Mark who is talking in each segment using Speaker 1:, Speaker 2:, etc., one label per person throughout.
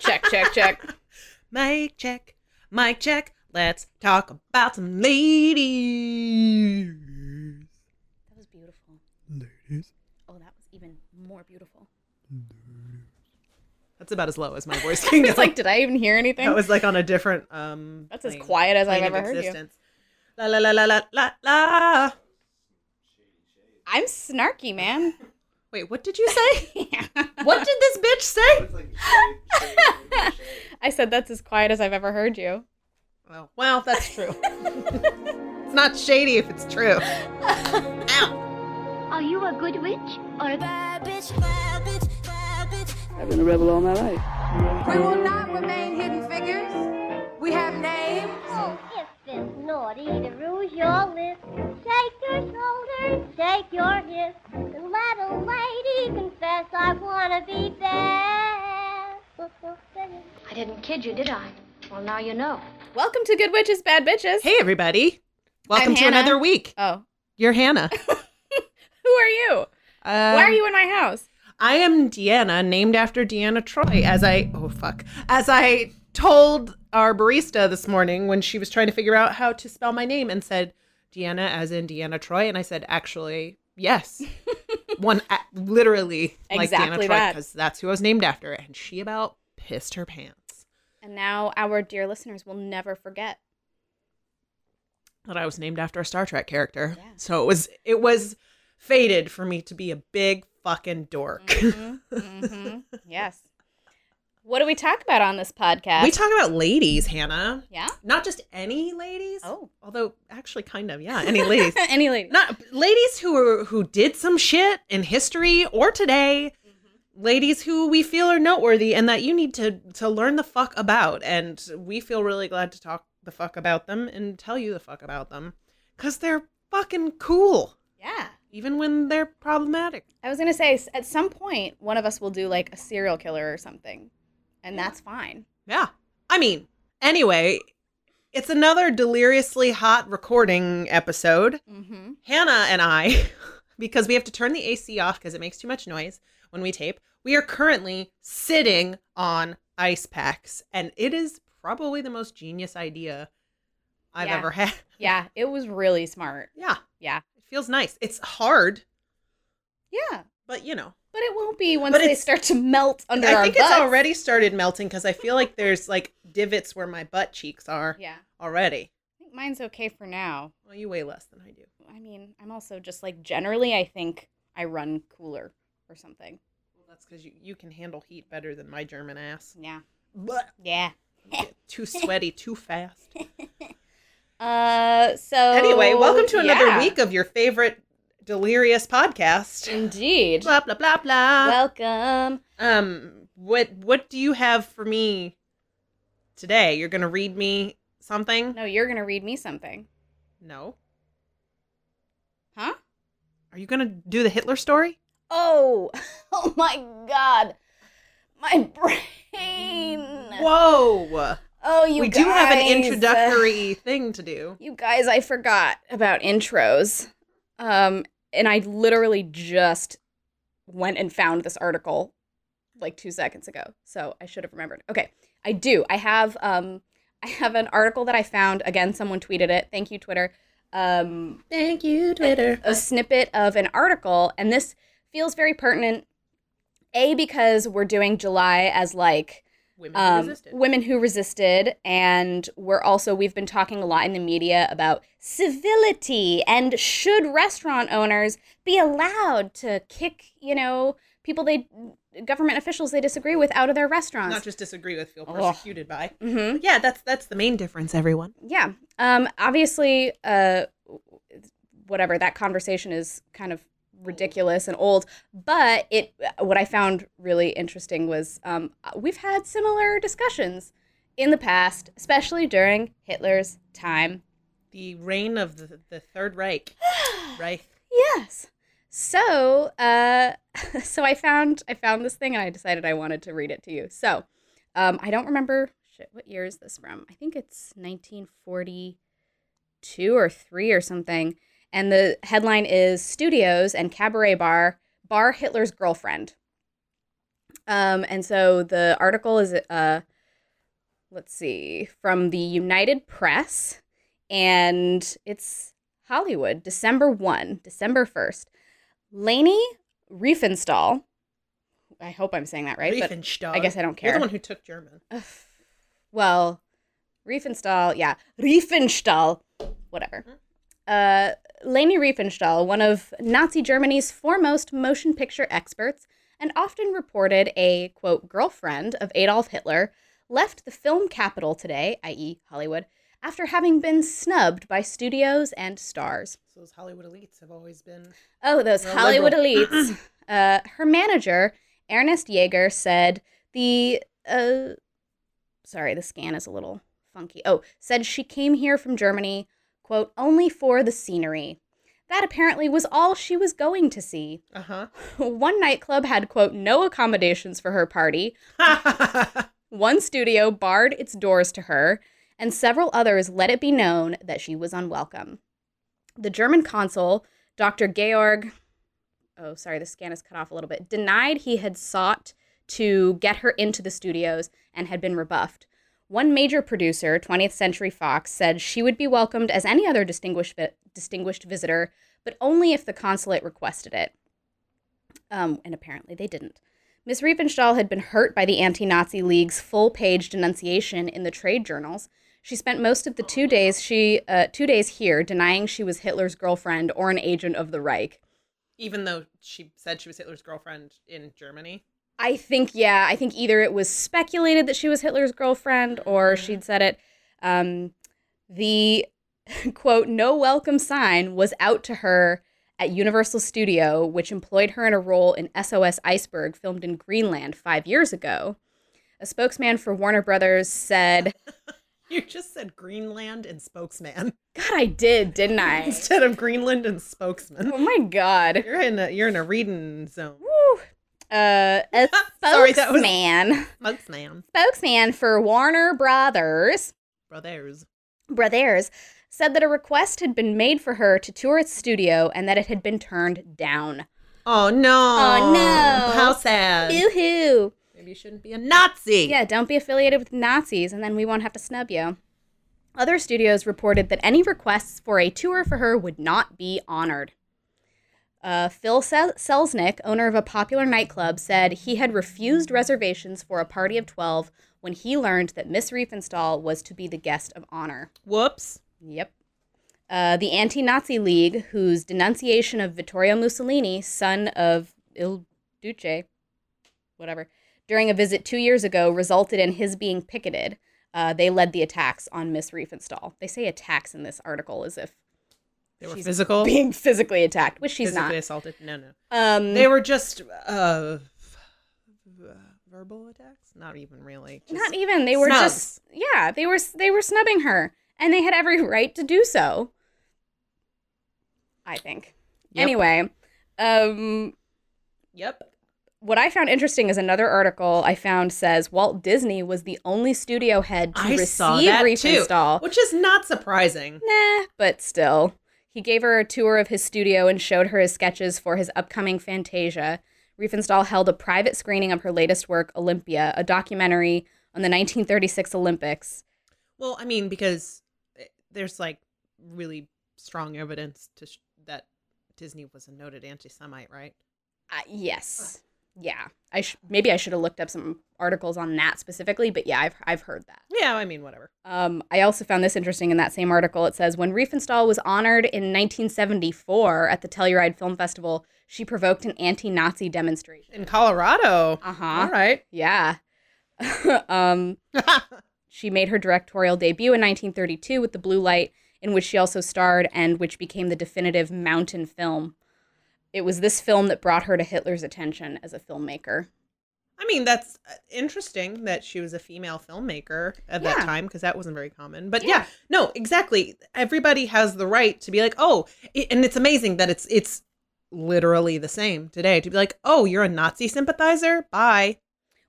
Speaker 1: check, check, check.
Speaker 2: Mic check. Mic check. Let's talk about some ladies.
Speaker 1: That was beautiful.
Speaker 2: Ladies.
Speaker 1: Oh, that was even more beautiful.
Speaker 2: That's about as low as my voice can go.
Speaker 1: It's like, did I even hear anything?
Speaker 2: that was like on a different um
Speaker 1: That's as
Speaker 2: plane-
Speaker 1: quiet as I've
Speaker 2: plane of
Speaker 1: ever heard you.
Speaker 2: existence. La la la la la la la.
Speaker 1: I'm snarky, man.
Speaker 2: Wait, what did you say?
Speaker 1: what?
Speaker 2: what did this bitch say?
Speaker 1: I said that's as quiet as I've ever heard you.
Speaker 2: Oh, well, that's true. it's not shady if it's true. Ow.
Speaker 3: Are you a good witch or a bad bitch? Bad bitch, bad bitch.
Speaker 4: I've been a rebel all my life.
Speaker 5: We will not remain hidden figures. We have names.
Speaker 3: Oh, if it's naughty to rouge your lips, shake your shoulders, shake your hips, and let a lady confess I wanna be bad.
Speaker 6: I didn't kid you, did I? Well, now you know.
Speaker 1: Welcome to Good Witches, Bad Bitches.
Speaker 2: Hey everybody. Welcome to
Speaker 1: Hannah.
Speaker 2: another week.
Speaker 1: Oh,
Speaker 2: You're Hannah.
Speaker 1: who are you?
Speaker 2: Uh,
Speaker 1: Why are you in my house?
Speaker 2: I am Deanna, named after Deanna Troy, as I oh fuck. As I told our barista this morning when she was trying to figure out how to spell my name and said Deanna as in Deanna Troy, and I said, actually, yes. One a- literally like
Speaker 1: Exactly
Speaker 2: Deanna Troy,
Speaker 1: that.
Speaker 2: because that's who I was named after. And she about pissed her pants
Speaker 1: And now our dear listeners will never forget.
Speaker 2: that I was named after a Star Trek character.
Speaker 1: Yeah.
Speaker 2: So it was it was fated for me to be a big fucking dork.
Speaker 1: Mhm, mhm. Yes. What do we talk about on this podcast?
Speaker 2: We talk about ladies, Hannah.
Speaker 1: yeah.
Speaker 2: Not just any ladies.
Speaker 1: Oh,
Speaker 2: although actually kind of yeah any ladies
Speaker 1: any ladies?
Speaker 2: not ladies who are who did some shit in history or today
Speaker 1: Mm-hmm.
Speaker 2: ladies who we feel are noteworthy and that you need to to learn the fuck about and we feel really glad to talk the fuck about them and tell you the fuck about them cuz they're fucking cool
Speaker 1: Yeah.
Speaker 2: even when they're problematic
Speaker 1: I was gonna say s- at some point one of us will do like a serial killer or something, and that's fine.
Speaker 2: yeah i mean anyway it's another deliriously hot recording episode
Speaker 1: Mm-hmm.
Speaker 2: Hannah and I, because we have to turn the AC off because it makes too much noise when we tape, we are currently sitting on ice packs. And it is probably the most genius idea I've
Speaker 1: Yeah.
Speaker 2: ever had.
Speaker 1: Yeah, it was really smart.
Speaker 2: Yeah.
Speaker 1: Yeah.
Speaker 2: It feels nice. It's hard,
Speaker 1: Yeah,
Speaker 2: but you know.
Speaker 1: but it won't be once
Speaker 2: But
Speaker 1: they
Speaker 2: it's-
Speaker 1: start to melt under
Speaker 2: I
Speaker 1: our
Speaker 2: think
Speaker 1: butts.
Speaker 2: it's already started melting because I feel like there's like divots where my butt cheeks are
Speaker 1: Yeah, I
Speaker 2: already.
Speaker 1: think mine's okay for now.
Speaker 2: Well, you weigh less than I do.
Speaker 1: I mean, I'm also just like generally, I think I run cooler or something.
Speaker 2: Well, that's because you, you can handle heat better than my German ass.
Speaker 1: Yeah,
Speaker 2: But
Speaker 1: yeah.
Speaker 2: too sweaty, too fast.
Speaker 1: Uh, so
Speaker 2: Anyway, welcome to another
Speaker 1: yeah,
Speaker 2: week of your favorite delirious podcast.
Speaker 1: Indeed.
Speaker 2: Blah blah blah blah.
Speaker 1: welcome.
Speaker 2: um, what what do you have for me today? You're gonna read me something?
Speaker 1: No, you're gonna read me something,
Speaker 2: No.
Speaker 1: huh?
Speaker 2: Are you gonna do the Hitler story?
Speaker 1: Oh, oh my god. My brain.
Speaker 2: Whoa!
Speaker 1: Oh, you
Speaker 2: we do have an
Speaker 1: guys.
Speaker 2: introductory thing to do.
Speaker 1: You guys, I forgot about intros. Um and I literally just went and found this article like 2 seconds ago. So, I should have remembered. Okay. I do. I have um I have an article that I found. Again, someone tweeted it. Thank you Twitter. Um
Speaker 2: Thank you, Twitter.
Speaker 1: a snippet of an article, and this feels very pertinent. A because we're doing July as like
Speaker 2: Women who
Speaker 1: um,
Speaker 2: resisted.
Speaker 1: women who resisted, and we're also we've been talking a lot in the media about civility and should restaurant owners be allowed to kick you know people they government officials they disagree with out of their restaurants.
Speaker 2: Not just disagree with, feel
Speaker 1: Ugh.
Speaker 2: persecuted by.
Speaker 1: mm-hmm.
Speaker 2: Yeah, that's that's the main difference, everyone.
Speaker 1: yeah um obviously uh whatever that conversation is kind of ridiculous and old but it what i found really interesting was um we've had similar discussions in the past especially during hitler's time
Speaker 2: The reign of the, the Third Reich. Reich.
Speaker 1: yes so uh so i found i found this thing and i decided i wanted to read it to you so um i don't remember shit what year is this from i think it's 1942 or 3 or something and the headline is studios and cabaret bar bar hitler's girlfriend Um, and so the article is, uh, let's see, from the United Press, and it's Hollywood, December 1, December 1st. Lainey Riefenstahl, I hope I'm saying that right, but
Speaker 2: Riefenstahl.
Speaker 1: I guess I don't
Speaker 2: You're
Speaker 1: care.
Speaker 2: the one who took German.
Speaker 1: Ugh. well, Riefenstahl, yeah, Riefenstahl, whatever. Uh, Leni Riefenstahl, one of Nazi Germany's foremost motion picture experts, and often reported a quote girlfriend of Adolf Hitler, left the film capital today, i.e., Hollywood, after having been snubbed by studios and stars.
Speaker 2: So those Hollywood elites have always been.
Speaker 1: Oh, those
Speaker 2: Real
Speaker 1: Hollywood
Speaker 2: liberal.
Speaker 1: elites. uh, her manager, Ernest Yeager, said the. Uh, sorry, the scan is a little funky. Oh, said she came here from Germany, quote, only for the scenery. That apparently was all she was going to see.
Speaker 2: Uh
Speaker 1: One nightclub had, quote, no accommodations for her party.
Speaker 2: huh.
Speaker 1: One studio barred its doors to her, and several others let it be known that she was unwelcome. The German consul, Dr. Georg, oh, sorry, the scan is cut off a little bit, denied he had sought to get her into the studios and had been rebuffed. One major producer, 20th Century Fox, said she would be welcomed as any other distinguished, vi- distinguished visitor, but only if the consulate requested it. Um, and apparently they didn't. Miss Riefenstahl had been hurt by the anti Nazi League's full page denunciation in the trade journals. She spent most of the two days she uh, two days here denying she was Hitler's girlfriend or an agent of the Reich.
Speaker 2: Even though she said she was Hitler's girlfriend in Germany.
Speaker 1: I think yeah, I think either it was speculated that she was Hitler's girlfriend or she'd said it. Um, the quote no welcome sign was out to her at Universal Studio, which employed her in a role in SOS Iceberg, filmed in Greenland five years ago. A spokesman for Warner Brothers said,
Speaker 2: You just said Greenland and spokesman
Speaker 1: "God, I did, didn't I?
Speaker 2: instead of Greenland and spokesman.
Speaker 1: Oh my God."
Speaker 2: You're in a you're in a reading zone.
Speaker 1: Woo. Uh, a
Speaker 2: Sorry, that was-
Speaker 1: spokesman,
Speaker 2: Spokesman,
Speaker 1: spokesman for Warner Brothers
Speaker 2: brothers.
Speaker 1: Brothers said that a request had been made for her to tour its studio and that it had been turned down.
Speaker 2: Oh no!
Speaker 1: Oh, no.
Speaker 2: How sad.
Speaker 1: Boo hoo!
Speaker 2: Maybe you shouldn't be a Nazi.
Speaker 1: Yeah, don't be affiliated with Nazis, and then we won't have to snub you. Other studios reported that any requests for a tour for her would not be honored. Uh, Phil Sel- Selznick, owner of a popular nightclub, said he had refused reservations for a party of 12 when he learned that Miss Riefenstahl was to be the guest of honor.
Speaker 2: Whoops.
Speaker 1: Yep. Uh, the Anti Nazi League, whose denunciation of Vittorio Mussolini, son of Il Duce, whatever, during a visit two years ago resulted in his being picketed. Uh, they led the attacks on Miss Riefenstahl. They say attacks in this article as if
Speaker 2: They were
Speaker 1: She's
Speaker 2: physical.
Speaker 1: being physically attacked, which she's
Speaker 2: physically
Speaker 1: not.
Speaker 2: assaulted. No, no.
Speaker 1: Um,
Speaker 2: They were just uh, v- verbal attacks. Not even really. Just
Speaker 1: not e- even. They were
Speaker 2: snubs.
Speaker 1: just yeah. They were they were snubbing her, and they had every right to do so. I think.
Speaker 2: Yep.
Speaker 1: Anyway, um,
Speaker 2: Yep.
Speaker 1: what I found interesting is another article I found says Walt Disney was the only studio head to
Speaker 2: I
Speaker 1: receive
Speaker 2: saw that too,
Speaker 1: Riefenstahl.
Speaker 2: which is not surprising.
Speaker 1: Nah, but still. He gave her a tour of his studio and showed her his sketches for his upcoming Fantasia. Riefenstahl held a private screening of her latest work, Olympia, a documentary on the 1936 Olympics.
Speaker 2: Well, I mean, because eh, there's like really strong evidence to sh- that Disney was a noted anti-Semite, right?
Speaker 1: Uh, yes. Yeah. I sh- maybe I should have looked up some articles on that specifically, but yeah, I've, I've heard that.
Speaker 2: Yeah, I mean, whatever.
Speaker 1: Um, I also found this interesting in that same article. It says when Riefenstahl was honored in 1974 at the Telluride Film Festival, she provoked an anti-Nazi demonstration.
Speaker 2: In Colorado.
Speaker 1: Uh
Speaker 2: All
Speaker 1: huh.
Speaker 2: right.
Speaker 1: Yeah. um, she made her directorial debut in 1932 with *The Blue Light*, in which she also starred and which became the definitive mountain film. It was this film that brought her to Hitler's attention as a filmmaker.
Speaker 2: I mean, that's uh, interesting that she was a female filmmaker at
Speaker 1: Yeah.
Speaker 2: that time because that wasn't very common. But
Speaker 1: Yeah.
Speaker 2: yeah. no, exactly. Everybody has the right to be like, oh, i and it's amazing that it's it's literally the same today to be like, oh, you're a Nazi sympathizer. Bye.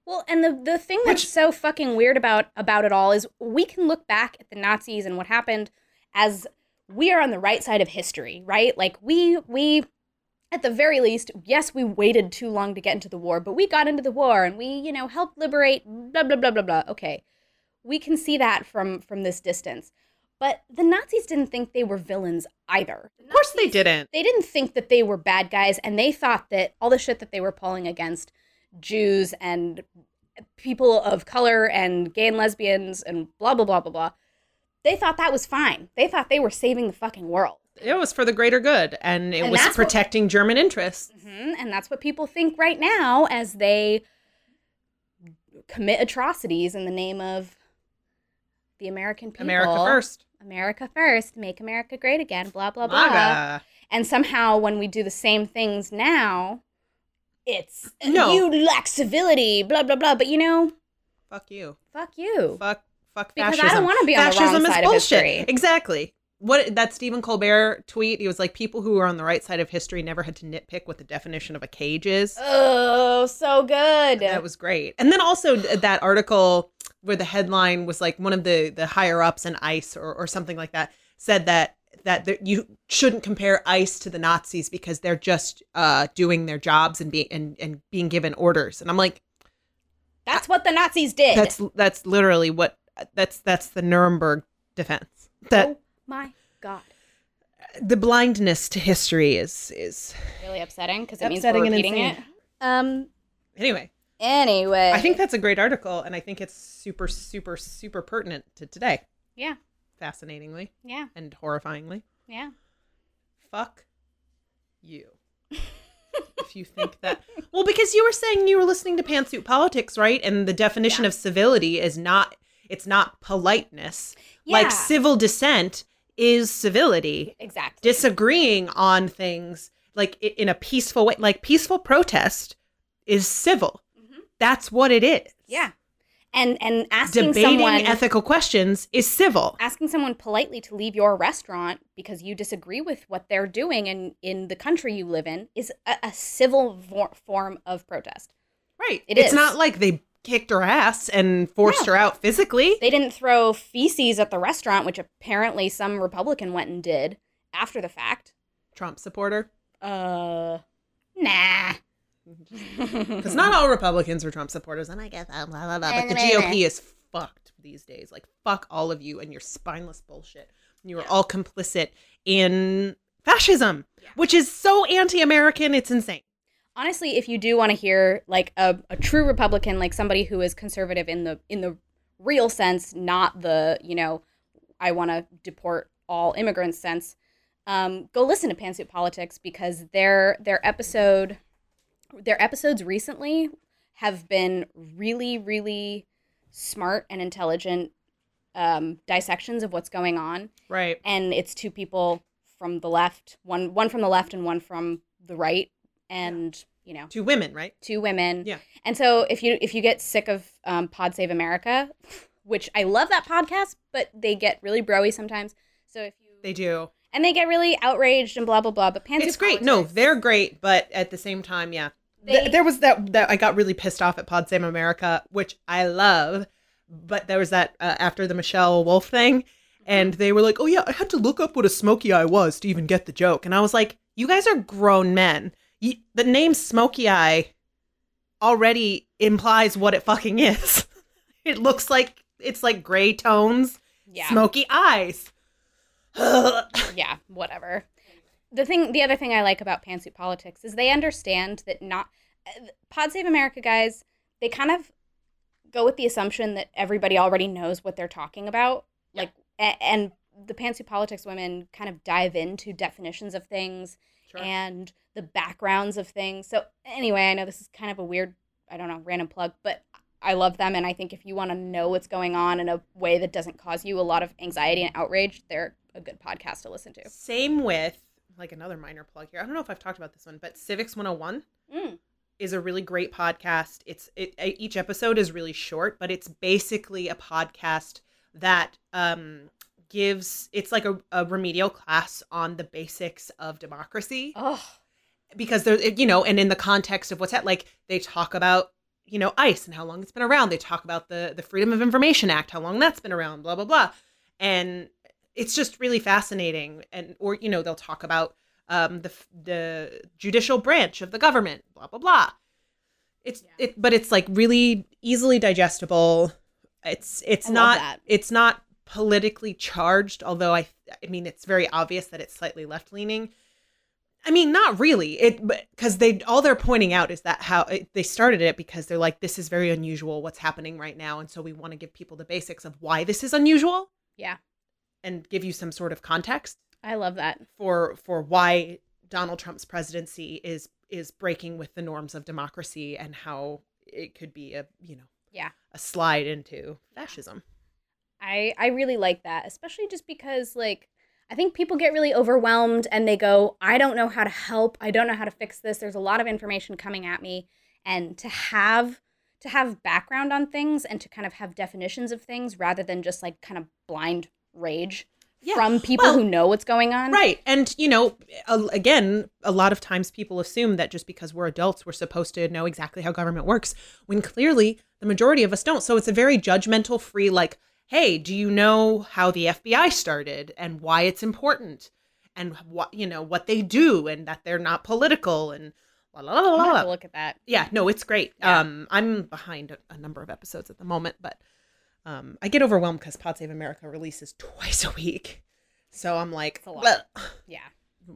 Speaker 1: Well, and the the thing that's
Speaker 2: Which-
Speaker 1: so fucking weird about about it all is we can look back at the Nazis and what happened as we are on the right side of history, right? Like we we at the very least, yes, we waited too long to get into the war, but we got into the war and we, you know, helped liberate blah blah blah blah blah. Okay. We can see that from from this distance. But the Nazis didn't think they were villains either.
Speaker 2: Of course they didn't.
Speaker 1: They didn't think that they were bad guys and they thought that all the shit that they were pulling against Jews and people of color and gay and lesbians and blah blah blah blah blah. They thought that was fine. They thought they were saving the fucking world.
Speaker 2: It was for the greater good, and it
Speaker 1: And
Speaker 2: was
Speaker 1: that's what-
Speaker 2: protecting German interests.
Speaker 1: Mhm, And that's what people think right now as they commit atrocities in the name of the American people.
Speaker 2: America first.
Speaker 1: America first. Make America great again. Blah, blah, blah.
Speaker 2: MAGA.
Speaker 1: And somehow when we do the same things now, it's uh,
Speaker 2: No.
Speaker 1: you lack civility, blah, blah, blah. But you know,
Speaker 2: Fuck you.
Speaker 1: fuck you.
Speaker 2: Fuck. Fuck
Speaker 1: Because I don't
Speaker 2: fascism.
Speaker 1: wanna be on the wrong
Speaker 2: fascism is
Speaker 1: side of
Speaker 2: bullshit.
Speaker 1: history.
Speaker 2: Exactly. What that Stephen Colbert tweet? He was like, "People who are on the right side of history never had to nitpick what the definition of a cage is."
Speaker 1: Oh, so good.
Speaker 2: That was great. And then also th- that article where the headline was like one of the the higher ups in ICE or, or something like that said that that there, you shouldn't compare ICE to the Nazis because they're just uh, doing their jobs and being and, and being given orders. And I'm like,
Speaker 1: that's what the Nazis did.
Speaker 2: that's that's literally what that's that's the Nuremberg defense. That
Speaker 1: oh my God.
Speaker 2: the blindness to history is is
Speaker 1: Really upsetting because it means we're
Speaker 2: Upsetting and
Speaker 1: repeating it.
Speaker 2: insane.
Speaker 1: Um,
Speaker 2: anyway.
Speaker 1: anyway.
Speaker 2: I think that's a great article, and I think it's super super super pertinent to today.
Speaker 1: Yeah.
Speaker 2: Fascinatingly
Speaker 1: Yeah.
Speaker 2: and horrifyingly.
Speaker 1: Yeah.
Speaker 2: fuck you. if you think that. Well, because you were saying you were listening to Pantsuit Politics, right? And the definition of civility is not it's not politeness.
Speaker 1: Yeah.
Speaker 2: Like civil dissent is civility.
Speaker 1: Exactly.
Speaker 2: Disagreeing on things like i- in a peaceful way, like peaceful protest is civil. That's what it is.
Speaker 1: Mm-hmm. yeah. And and asking
Speaker 2: Debating
Speaker 1: someone
Speaker 2: ethical questions is civil.
Speaker 1: asking someone politely to leave your restaurant because you disagree with what they're doing and in the country you live in is a, a civil vor- form of protest.
Speaker 2: Right.
Speaker 1: It
Speaker 2: it's
Speaker 1: is.
Speaker 2: not like they kicked her ass and forced
Speaker 1: No.
Speaker 2: her out physically.
Speaker 1: They didn't throw feces at the restaurant, which apparently some Republican went and did after the fact.
Speaker 2: Trump supporter.
Speaker 1: Uh, nah.
Speaker 2: Because not all Republicans are Trump supporters, and I get that, blah, blah, blah. But the
Speaker 1: uh,
Speaker 2: GOP is fucked these days. Like, fuck all of you and your spineless bullshit. You are all complicit in fascism, which is so anti American, it's insane.
Speaker 1: honestly if you do want to hear like a, a true republican like somebody who is conservative in the in the real sense not the you know i want to deport all immigrants sense um, go listen to pantsuit politics because their their episode their episodes recently have been really really smart and intelligent um, dissections of what's going on
Speaker 2: Right.
Speaker 1: and it's two people from the left one one from the left and one from the right and you know
Speaker 2: To women, right?
Speaker 1: two women
Speaker 2: Yeah.
Speaker 1: and so if you if you get sick of um, pod save america which i love that podcast but they get really broy sometimes so if you
Speaker 2: They do.
Speaker 1: and they get really outraged and blah blah blah but pants
Speaker 2: it's great. No, they're great, but at the same time, yeah. Th-
Speaker 1: They-
Speaker 2: there was that that I got really pissed off at Pod Save America, which I love, but there was that uh, after the Michelle Wolf thing,
Speaker 1: Mm-hmm.
Speaker 2: and they were like, "Oh yeah, I had to look up what a smoky eye was to even get the joke," and I was like, "You guys are grown men. You, the name smoky eye already implies what it fucking is. it looks like it's like gray tones,
Speaker 1: yeah
Speaker 2: smoky eyes."
Speaker 1: yeah, whatever. The thing, the other thing I like about pantsuit politics is they understand that not uh, Pod Save America guys. They kind of go with the assumption that everybody already knows what they're talking about, like, a- and the pantsuit politics women kind of dive into definitions of things and the backgrounds of things. So anyway, I know this is kind of a weird, I don't know, random plug, but I love them, and I think if you want to know what's going on in a way that doesn't cause you a lot of anxiety and outrage, they're a good podcast to listen to.
Speaker 2: Same with like another minor plug here. I don't know if I've talked about this one, but Civics 101
Speaker 1: Mm.
Speaker 2: is a really great podcast. It's it, e- each episode is really short, but it's basically a podcast that um gives it's like a, a remedial class on the basics of democracy
Speaker 1: Oh,
Speaker 2: because they're you know and in the context of what's that like they talk about you know ice and how long it's been around they talk about the the freedom of information act how long that's been around blah blah blah and it's just really fascinating and or you know they'll talk about um, the f- the judicial branch of the government, blah blah blah. It's it, but it's like really easily digestible. It's it's
Speaker 1: I love
Speaker 2: not
Speaker 1: that.
Speaker 2: it's not politically charged, although I I mean it's very obvious that it's slightly left leaning. I mean, not really. It because they all they're pointing out is that how it, they started it because they're like, this is very unusual. What's happening right now, and so we want to give people the basics of why this is unusual.
Speaker 1: Yeah.
Speaker 2: and give you some sort of context
Speaker 1: I love that.
Speaker 2: for for why Donald Trump's presidency is is breaking with the norms of democracy and how it could be a you know
Speaker 1: Yeah.
Speaker 2: a slide into fascism.
Speaker 1: I I really like that, especially just because like I think people get really overwhelmed and they go, I don't know how to help. I don't know how to fix this. There's a lot of information coming at me and to have to have background on things and to kind of have definitions of things rather than just like kind of blind rage
Speaker 2: Yeah.
Speaker 1: from people
Speaker 2: Well,
Speaker 1: who know what's going on.
Speaker 2: Right. And, you know, a- again, a lot of times people assume that just because we're adults, we're supposed to know exactly how government works, when clearly the majority of us don't. So it's a very judgmental free, like, hey, do you know how the FBI started and why it's important and what, you know, what they do and that they're not political and la la la
Speaker 1: I'm gonna
Speaker 2: la
Speaker 1: have to
Speaker 2: la.
Speaker 1: look at that.
Speaker 2: Yeah. No, it's great.
Speaker 1: Yeah.
Speaker 2: Um, I'm behind a, a number of episodes at the moment, but um, I get overwhelmed because Pod Save America releases twice a week. So I'm like,
Speaker 1: a lot.
Speaker 2: "Bleh."
Speaker 1: Yeah.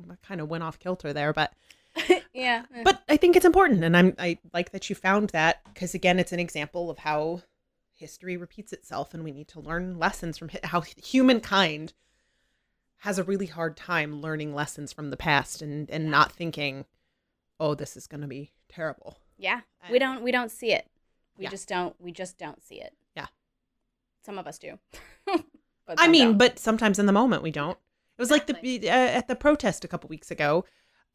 Speaker 2: I kind of went off kilter there, but
Speaker 1: Yeah. eh.
Speaker 2: but I think it's important, and I'm I like that you found that because again, it's an example of how history repeats itself, and we need to learn lessons from hi- how humankind has a really hard time learning lessons from the past and and not thinking, oh, this is going to be terrible.
Speaker 1: yeah.
Speaker 2: I-
Speaker 1: We don't we don't see it. We
Speaker 2: Uh, Yeah.
Speaker 1: just don't we just don't see it.
Speaker 2: Yeah.
Speaker 1: Some of us do. but
Speaker 2: I
Speaker 1: some
Speaker 2: mean,
Speaker 1: don't.
Speaker 2: but sometimes in the moment we don't. It was like the uh, at the protest a couple weeks ago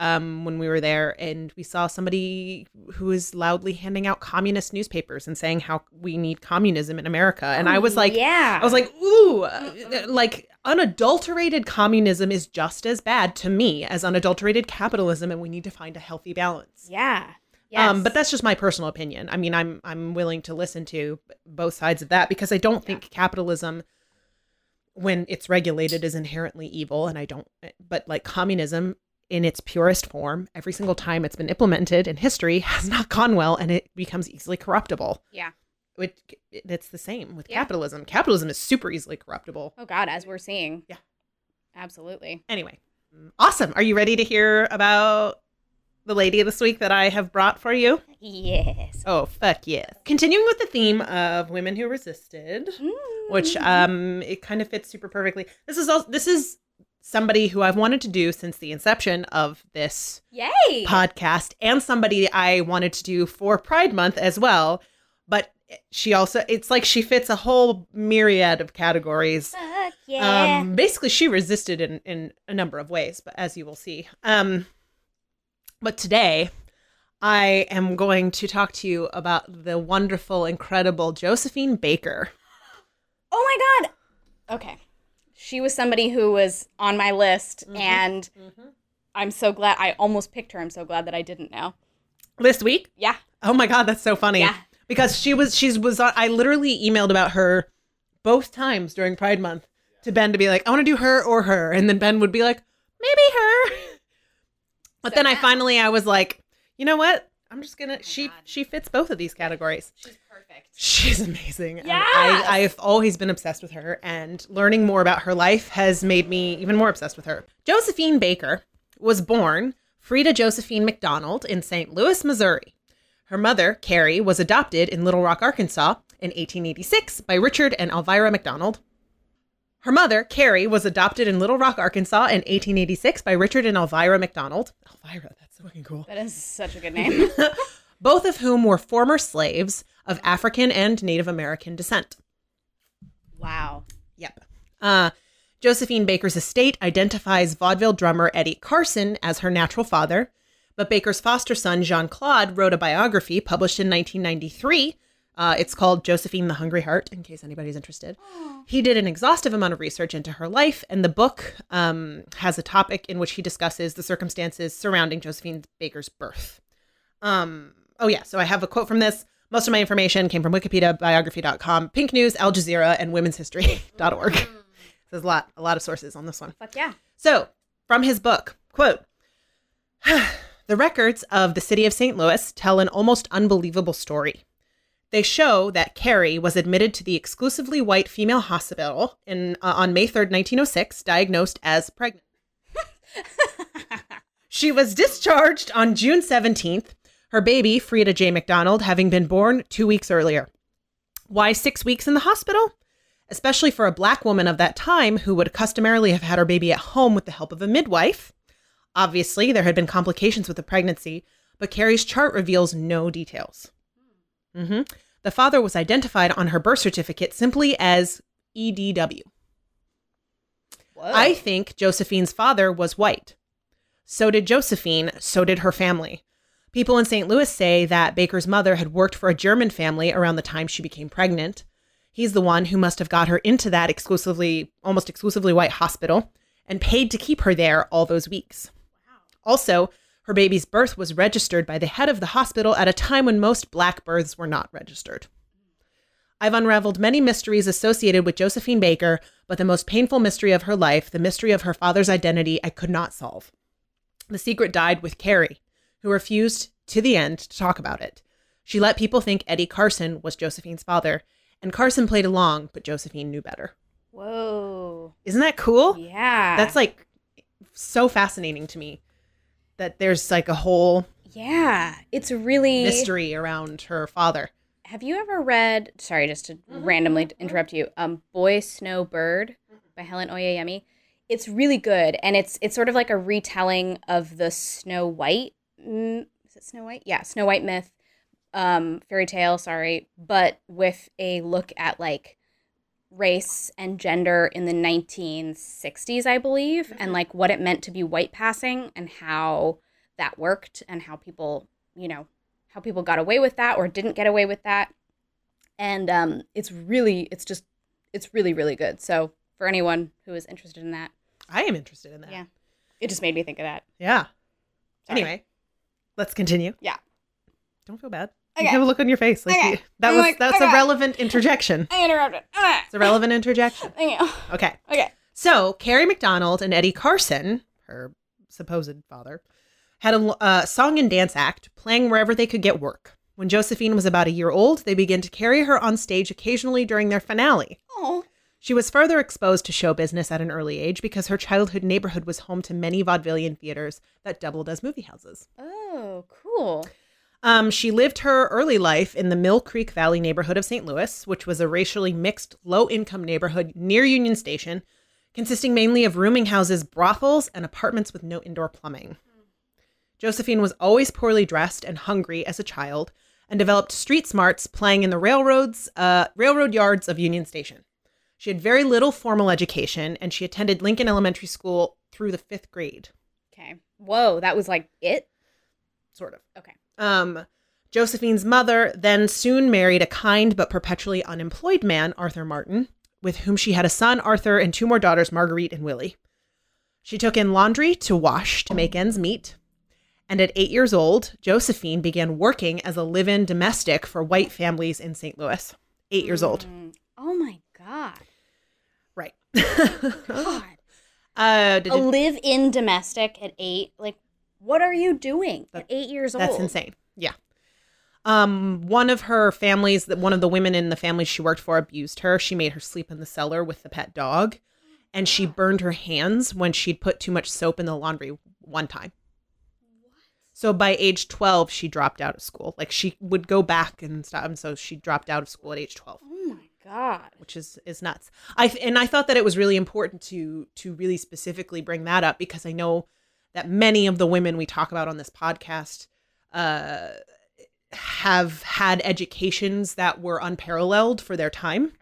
Speaker 2: um, when we were there, and we saw somebody who was loudly handing out communist newspapers and saying how we need communism in America, and I was like,
Speaker 1: Oh, yeah.
Speaker 2: I was like, ooh, uh, like unadulterated communism is just as bad to me as unadulterated capitalism, and we need to find a healthy balance.
Speaker 1: Yeah. Yes.
Speaker 2: Um, but that's just my personal opinion. I mean, I'm I'm willing to listen to b- both sides of that because I don't think capitalism, when it's regulated, is inherently evil, and I don't. But like communism, in its purest form, every single time it's been implemented in history, has not gone well, and it becomes easily corruptible.
Speaker 1: Yeah.
Speaker 2: It, it's the same with
Speaker 1: Yeah.
Speaker 2: capitalism. Capitalism is super easily corruptible.
Speaker 1: oh God, as we're seeing.
Speaker 2: Yeah.
Speaker 1: Absolutely.
Speaker 2: Anyway, mm, awesome. Are you ready to hear about the lady this week that I have brought for you?
Speaker 1: Yes.
Speaker 2: Oh fuck yes! Continuing with the theme of women who resisted, which um it kind of fits super perfectly. This is also this is somebody who I've wanted to do since the inception of this
Speaker 1: Yay.
Speaker 2: podcast, and somebody I wanted to do for Pride Month as well. But she also it's like she fits a whole myriad of categories.
Speaker 3: Fuck
Speaker 2: Um, basically, she resisted in, in a number of ways, but as you will see. Um, but today, I am going to talk to you about the wonderful, incredible Josephine Baker.
Speaker 1: oh my God. Okay. She was somebody who was on my list,
Speaker 2: Mm-hmm.
Speaker 1: and I'm so glad I almost picked her. I'm so glad that I didn't now.
Speaker 2: This week,
Speaker 1: Yeah.
Speaker 2: oh my god, that's so funny
Speaker 1: Yeah.
Speaker 2: because she was she's was on, I literally emailed about her both times during Pride Month to Ben to be like, I want to do her or her, and then Ben would be like, maybe her. But then I finally I was like, you know what? I'm just gonna she she fits both of these categories.
Speaker 1: Oh She's perfect.
Speaker 2: She's amazing. And
Speaker 1: Yes!
Speaker 2: I, I've always been obsessed with her, and learning more about her life has made me even more obsessed with her. Josephine Baker was born Frida Josephine McDonald in St. Louis, Missouri. Her mother, Carrie, was adopted in Little Rock, Arkansas in 1886 by Richard and Elvira McDonald. Her mother, Carrie, was adopted in Little Rock, Arkansas in 1886 by Richard and Elvira McDonald. Elvira, that's fucking cool
Speaker 1: That is such a good name.
Speaker 2: both of whom were former slaves of African and Native American descent.
Speaker 1: wow.
Speaker 2: Yep. Uh, Josephine Baker's estate identifies vaudeville drummer Eddie Carson as her natural father, but Baker's foster son, Jean Claude, wrote a biography published in 1993. Uh, it's called Josephine the Hungry Heart, in case anybody's interested. He did an exhaustive amount of research into her life, and the book um, has a topic in which he discusses the circumstances surrounding Josephine Baker's birth. Um, oh, yeah. So I have a quote from this. Most of my information came from Wikipedia, biography.com, Pink News, Al Jazeera, and women's history.org. There's a lot, a lot of sources on this one.
Speaker 1: Fuck yeah.
Speaker 2: So, from his book, quote, the records of the city of St. Louis tell an almost unbelievable story. They show that Carrie was admitted to the exclusively white female hospital in, uh, on May 3rd, 1906, diagnosed as pregnant. she was discharged on June 17th, her baby, Frida J. McDonald, having been born two weeks earlier. Why six weeks in the hospital? Especially for a black woman of that time who would customarily have had her baby at home with the help of a midwife. Obviously, there had been complications with the pregnancy, but Carrie's chart reveals no details. hmm The father was identified on her birth certificate simply as EDW.
Speaker 1: Whoa.
Speaker 2: I think Josephine's father was white. So did Josephine, so did her family. People in St. Louis say that Baker's mother had worked for a German family around the time she became pregnant. He's the one who must have got her into that exclusively, almost exclusively white hospital and paid to keep her there all those weeks. Also, her baby's birth was registered by the head of the hospital at a time when most black births were not registered. I've unraveled many mysteries associated with Josephine Baker, but the most painful mystery of her life, the mystery of her father's identity, I could not solve. The secret died with Carrie, who refused to the end to talk about it. She let people think Eddie Carson was Josephine's father, and Carson played along, but Josephine knew better.
Speaker 1: Whoa.
Speaker 2: Isn't that cool?
Speaker 1: Yeah.
Speaker 2: Oh, That's like so fascinating to me that there's like a whole
Speaker 1: yeah. It's really
Speaker 2: mystery around her father.
Speaker 1: Have you ever read? Sorry, just to randomly interrupt you. Um, Boy Snow Bird by Helen Oyeyemi. It's really good, and it's it's sort of like a retelling of the Snow White. mm, Is it Snow White? Yeah, Snow White myth, um, fairy tale. Sorry, but with a look at like race and gender in the 1960s, I believe, and like what it meant to be white passing and how that worked and how people, you know, how people got away with that or didn't get away with that. And um, it's really, it's just, it's really, really good. So for anyone who is interested in that,
Speaker 2: I am interested in that.
Speaker 1: Yeah. it just made me think of that.
Speaker 2: Yeah.
Speaker 1: Sorry.
Speaker 2: Anyway, let's continue.
Speaker 1: Yeah.
Speaker 2: Don't feel bad.
Speaker 1: Okay.
Speaker 2: You have a look on your face. Like
Speaker 1: Okay.
Speaker 2: you, that
Speaker 1: I'm
Speaker 2: was
Speaker 1: like,
Speaker 2: that's
Speaker 1: okay.
Speaker 2: a relevant interjection.
Speaker 1: I interrupted. Ah,
Speaker 2: It's a relevant interjection.
Speaker 1: thank you.
Speaker 2: Okay.
Speaker 1: Okay.
Speaker 2: So Carrie McDonald and Eddie Carson, her supposed father, had a l- uh, song and dance act playing wherever they could get work. When Josephine was about a year old, they began to carry her on stage occasionally during their finale.
Speaker 1: Oh,
Speaker 2: She was further exposed to show business at an early age because her childhood neighborhood was home to many vaudevillian theaters that doubled as movie houses.
Speaker 1: oh, cool.
Speaker 2: Um, she lived her early life in the Mill Creek Valley neighborhood of St. Louis, which was a racially mixed, low income neighborhood near Union Station, consisting mainly of rooming houses, brothels, and apartments with no indoor plumbing. Josephine was always poorly dressed and hungry as a child and developed street smarts playing in the railroads, uh, railroad yards of Union Station. She had very little formal education and she attended Lincoln Elementary School through the fifth grade.
Speaker 1: Okay. Whoa, that was like it.
Speaker 2: sort of.
Speaker 1: Okay.
Speaker 2: Um, Josephine's mother then soon married a kind but perpetually unemployed man, Arthur Martin, with whom she had a son, Arthur, and two more daughters, Marguerite and Willie. She took in laundry to wash to make ends meet. And at eight years old, Josephine began working as a live in domestic for white families in St. Louis. Eight years old.
Speaker 1: Mm. Oh my god.
Speaker 2: Right.
Speaker 1: God.
Speaker 2: uh, did
Speaker 1: A
Speaker 2: it-
Speaker 1: live-in domestic at eight. Like, what are you doing
Speaker 2: That-
Speaker 1: at eight years old?
Speaker 2: That's insane. Yeah. Um, one of her families, that one of the women in the family she worked for abused her. She made her sleep in the cellar with the pet dog, and she burned her hands when she'd put too much soap in the laundry one time. So by age 12, she dropped out of school. Like she would go back and stop. And so she dropped out of school at age 12
Speaker 1: Oh my god.
Speaker 2: which is is nuts. I and I thought that it was really important to to really specifically bring that up because I know that many of the women we talk about on this podcast uh, have had educations that were unparalleled for their time.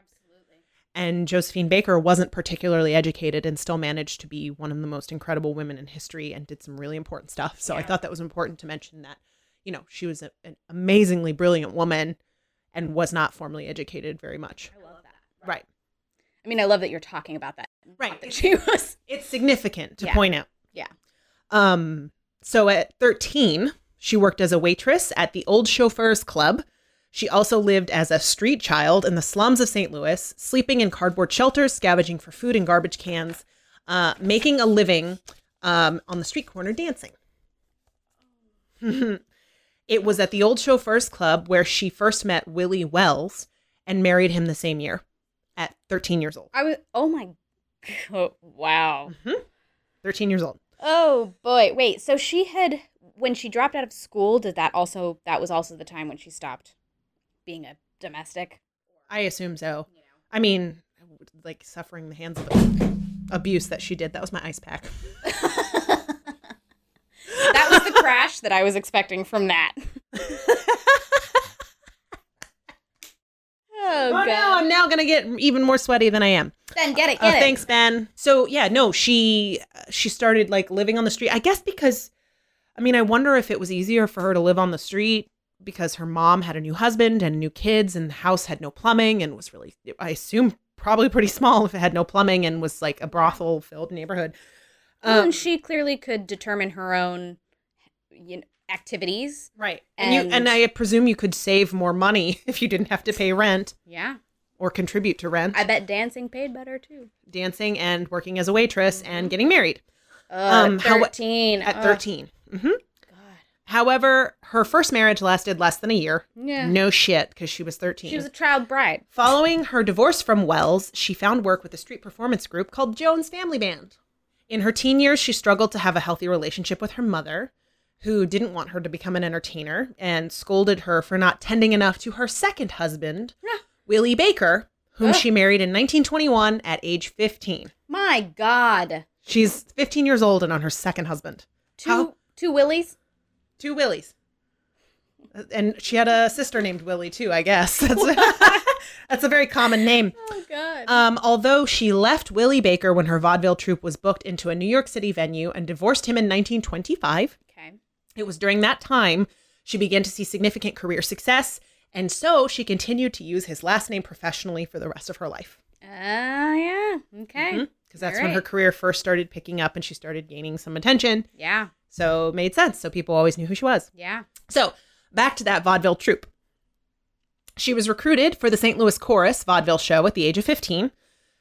Speaker 2: And Josephine Baker wasn't particularly educated and still managed to be one of the most incredible women in history and did some really important stuff. So I thought that was important to mention that, you know, she was a, an amazingly brilliant woman and was not formally educated very much.
Speaker 1: I love that.
Speaker 2: Right.
Speaker 1: I mean, I love that you're talking about that.
Speaker 2: Right.
Speaker 1: That she was.
Speaker 2: It's significant to
Speaker 1: Yeah.
Speaker 2: point out.
Speaker 1: Yeah.
Speaker 2: Um so at 13, she worked as a waitress at the Old Chauffeurs Club. She also lived as a street child in the slums of St. Louis, sleeping in cardboard shelters, scavenging for food in garbage cans, uh, making a living um, on the street corner dancing. it was at the old chauffeur's club where she first met Willie Wells and married him the same year at 13 years old.
Speaker 1: I was. Oh my. God, wow.
Speaker 2: 13 years old.
Speaker 1: Oh boy. Wait. So she had when she dropped out of school. Did that also? That was also the time when she stopped being a domestic.
Speaker 2: I assume so. I mean, like suffering the hands of abuse that she did. That was my ice pack.
Speaker 1: That was the crash that I was expecting from that. oh
Speaker 2: Oh,
Speaker 1: god.
Speaker 2: no, I'm now going to get even more sweaty than I am.
Speaker 1: Ben, get it.
Speaker 2: Oh,
Speaker 1: Get it.
Speaker 2: thanks, Ben. So yeah, no, she she started like living on the street. I guess because, I mean, I wonder if it was easier for her to live on the street because her mom had a new husband and new kids, and the house had no plumbing and was really, I assume, probably pretty small if it had no plumbing and was like a brothel filled neighborhood.
Speaker 1: Well,
Speaker 2: Um,
Speaker 1: and she clearly could determine her own you know, activities.
Speaker 2: right, and, you and
Speaker 1: and-
Speaker 2: I presume you could save more money if you didn't have to pay rent
Speaker 1: Yeah.
Speaker 2: or contribute to rent,
Speaker 1: I bet dancing paid better too.
Speaker 2: dancing and working as a waitress
Speaker 1: Mm-hmm.
Speaker 2: and getting married
Speaker 1: Ugh,
Speaker 2: Um,
Speaker 1: at
Speaker 2: how-
Speaker 1: 13.
Speaker 2: at
Speaker 1: Ugh,
Speaker 2: 13. hmm
Speaker 1: Uh, God.
Speaker 2: However, her first marriage lasted less than a year.
Speaker 1: Yeah.
Speaker 2: No shit, because she was 13.
Speaker 1: She was a child bride.
Speaker 2: Following her divorce from Wells, she found work with a street performance group called Jones Family Band. In her teen years, she struggled to have a healthy relationship with her mother, who didn't want her to become an entertainer and scolded her for not tending enough to her second husband,
Speaker 1: Yeah.
Speaker 2: Willie Baker, whom
Speaker 1: Ugh.
Speaker 2: she married in 1921 at age 15.
Speaker 1: My God.
Speaker 2: She's 15 years old and on her second husband.
Speaker 1: Two
Speaker 2: How-
Speaker 1: two willies.
Speaker 2: Two Willies. And she had a sister named Willie too, I guess. That's that's a very common name.
Speaker 1: Oh God.
Speaker 2: Um, although she left Willie Baker when her vaudeville troupe was booked into a New York City venue and divorced him in 1925,
Speaker 1: okay.
Speaker 2: it was during that time she began to see significant career success, and so she continued to use his last name professionally for the rest of her life.
Speaker 1: Uh, yeah. Okay.
Speaker 2: Because that's
Speaker 1: All
Speaker 2: when her
Speaker 1: right.
Speaker 2: career first started picking up and she started gaining some attention.
Speaker 1: Yeah.
Speaker 2: So it made sense. So people always knew who she was.
Speaker 1: Yeah.
Speaker 2: So back to that vaudeville troupe. She was recruited for the St. Louis Chorus vaudeville show at the age of 15.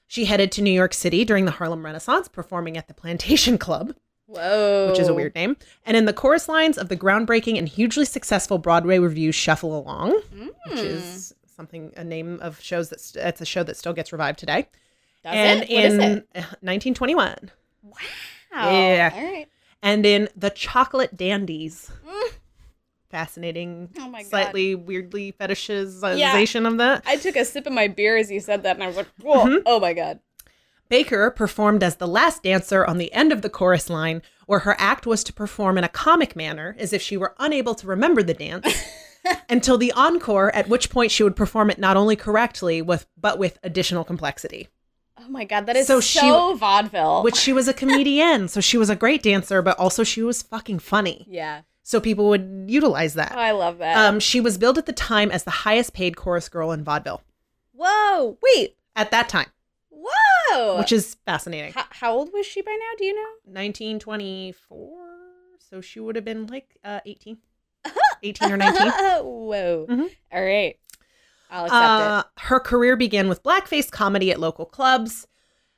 Speaker 2: She headed to New York City during the Harlem Renaissance, performing at the Plantation Club,
Speaker 1: Whoa.
Speaker 2: which is a weird name, and in the chorus lines of the groundbreaking and hugely successful Broadway review Shuffle Along,
Speaker 1: Mm. Hmm.
Speaker 2: which is something a name of shows that's it's a show that still gets revived today.
Speaker 1: Does
Speaker 2: and
Speaker 1: it? What is
Speaker 2: in
Speaker 1: it?
Speaker 2: uh, 1921,
Speaker 1: Wow.
Speaker 2: yeah.
Speaker 1: All right.
Speaker 2: and in The Chocolate Dandies. Fascinating,
Speaker 1: Mm. Oh my God.
Speaker 2: slightly weirdly fetishization of that.
Speaker 1: I took a sip of my beer as you said that, and I was like, "Whoa!
Speaker 2: Mm-hmm.
Speaker 1: Oh my god!"
Speaker 2: Baker performed as the last dancer on the end of the chorus line, where her act was to perform in a comic manner as if she were unable to remember the dance until the encore, at which point she would perform it not only correctly with but with additional complexity.
Speaker 1: Oh my god, that is
Speaker 2: So
Speaker 1: so,
Speaker 2: she-
Speaker 1: vaudeville.
Speaker 2: Which she was a comedienne, so she was a great dancer, but also she was fucking funny.
Speaker 1: yeah,
Speaker 2: So people would utilize
Speaker 1: oh,
Speaker 2: that.
Speaker 1: I love that.
Speaker 2: Um, she was billed at the time as the highest paid chorus girl in vaudeville
Speaker 1: whoa, wait,
Speaker 2: at that time,
Speaker 1: whoa.
Speaker 2: which is fascinating.
Speaker 1: how, how old was she by now? Do you know?
Speaker 2: 1924, so she would have been like uh, 18, 18 or 19.
Speaker 1: whoa.
Speaker 2: Mhm.
Speaker 1: All right, I'll accept
Speaker 2: Uh, her career began with blackface comedy at local clubs,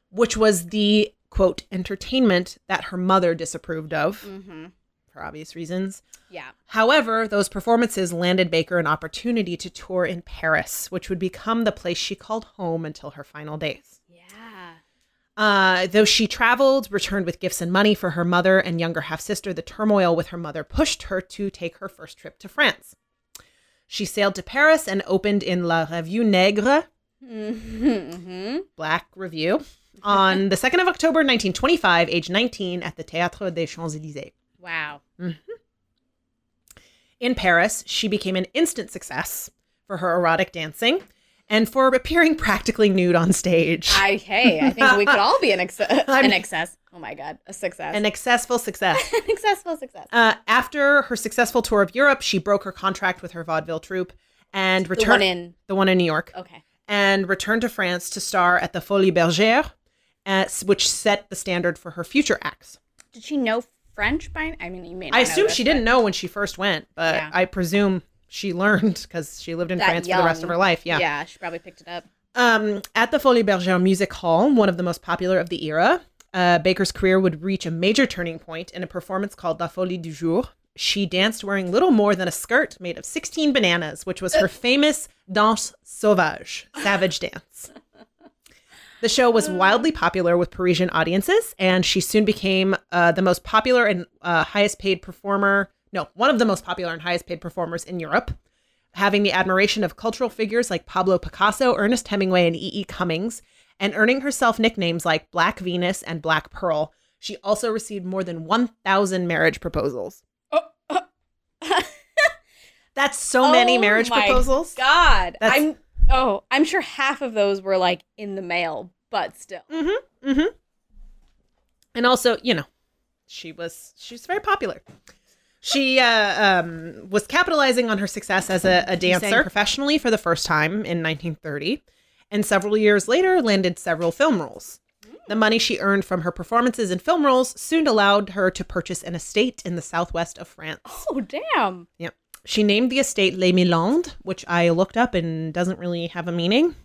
Speaker 2: which was the quote entertainment that her mother disapproved of
Speaker 1: it. Mm-hmm.
Speaker 2: for obvious reasons.
Speaker 1: Yeah.
Speaker 2: However, those performances landed Baker an opportunity to tour in Paris, which would become the place she called home until her final days.
Speaker 1: Yeah.
Speaker 2: Uh, though she traveled, returned with gifts and money for her mother and younger half sister, the turmoil with her mother pushed her to take her first trip to France. She sailed to Paris and opened in La Revue Nègre,
Speaker 1: Mm-hmm.
Speaker 2: Black Review, on the 2nd of October 1925, age 19, at the Théâtre des Champs Elysees.
Speaker 1: Wow.
Speaker 2: In Paris, she became an instant success for her erotic dancing and for appearing practically nude on stage.
Speaker 1: I hey, I think we could all be an excess.
Speaker 2: I'm-
Speaker 1: an excess. Oh my god, a success.
Speaker 2: An successful success.
Speaker 1: an accessible success.
Speaker 2: Uh, after her successful tour of Europe, she broke her contract with her vaudeville troupe and
Speaker 1: the
Speaker 2: returned
Speaker 1: one in.
Speaker 2: the one in New York
Speaker 1: Okay.
Speaker 2: and returned to France to star at the Folie Bergère, uh, which set the standard for her future acts.
Speaker 1: Did she know French by? I mean, you may. Not
Speaker 2: I
Speaker 1: know
Speaker 2: assume
Speaker 1: this,
Speaker 2: she
Speaker 1: but-
Speaker 2: didn't know when she first went, but
Speaker 1: Yeah.
Speaker 2: I presume she learned because she lived in
Speaker 1: That
Speaker 2: France for the rest of
Speaker 1: young.
Speaker 2: her life.
Speaker 1: Yeah.
Speaker 2: Yeah.
Speaker 1: she probably picked it up.
Speaker 2: Um, at the Folie Bergère Music Hall, one of the most popular of the era, uh, Baker's career would reach a major turning point in a performance called La Folie du Jour she danced wearing little more than a skirt made of 16 bananas, which was her famous danse sauvage, savage dance. The show was wildly popular with Parisian audiences, and she soon became uh, the most popular and uh, highest paid performer. No, one of the most popular and highest paid performers in Europe, having the admiration of cultural figures like Pablo Picasso, Ernest Hemingway, and E. E. Cummings, and earning herself nicknames like Black Venus and Black Pearl. She also received more than 1,000 marriage proposals.
Speaker 1: Oh, oh.
Speaker 2: That's so many
Speaker 1: Oh
Speaker 2: marriage
Speaker 1: my
Speaker 2: proposals.
Speaker 1: God,
Speaker 2: That's-
Speaker 1: I'm. Oh, I'm sure half of those were like in the mail, but still.
Speaker 2: Mm-hmm. Mm-hmm. And also, you know, she was she's very popular. She uh, um, was capitalizing on her success as a, a dancer professionally for the first time in 1930, and several years later landed several film roles. The money she earned from her performances and film roles soon allowed her to purchase an estate in the southwest of France.
Speaker 1: Oh, damn.
Speaker 2: Yep. She named the estate Les Milondes, which I looked up and doesn't really have a meaning.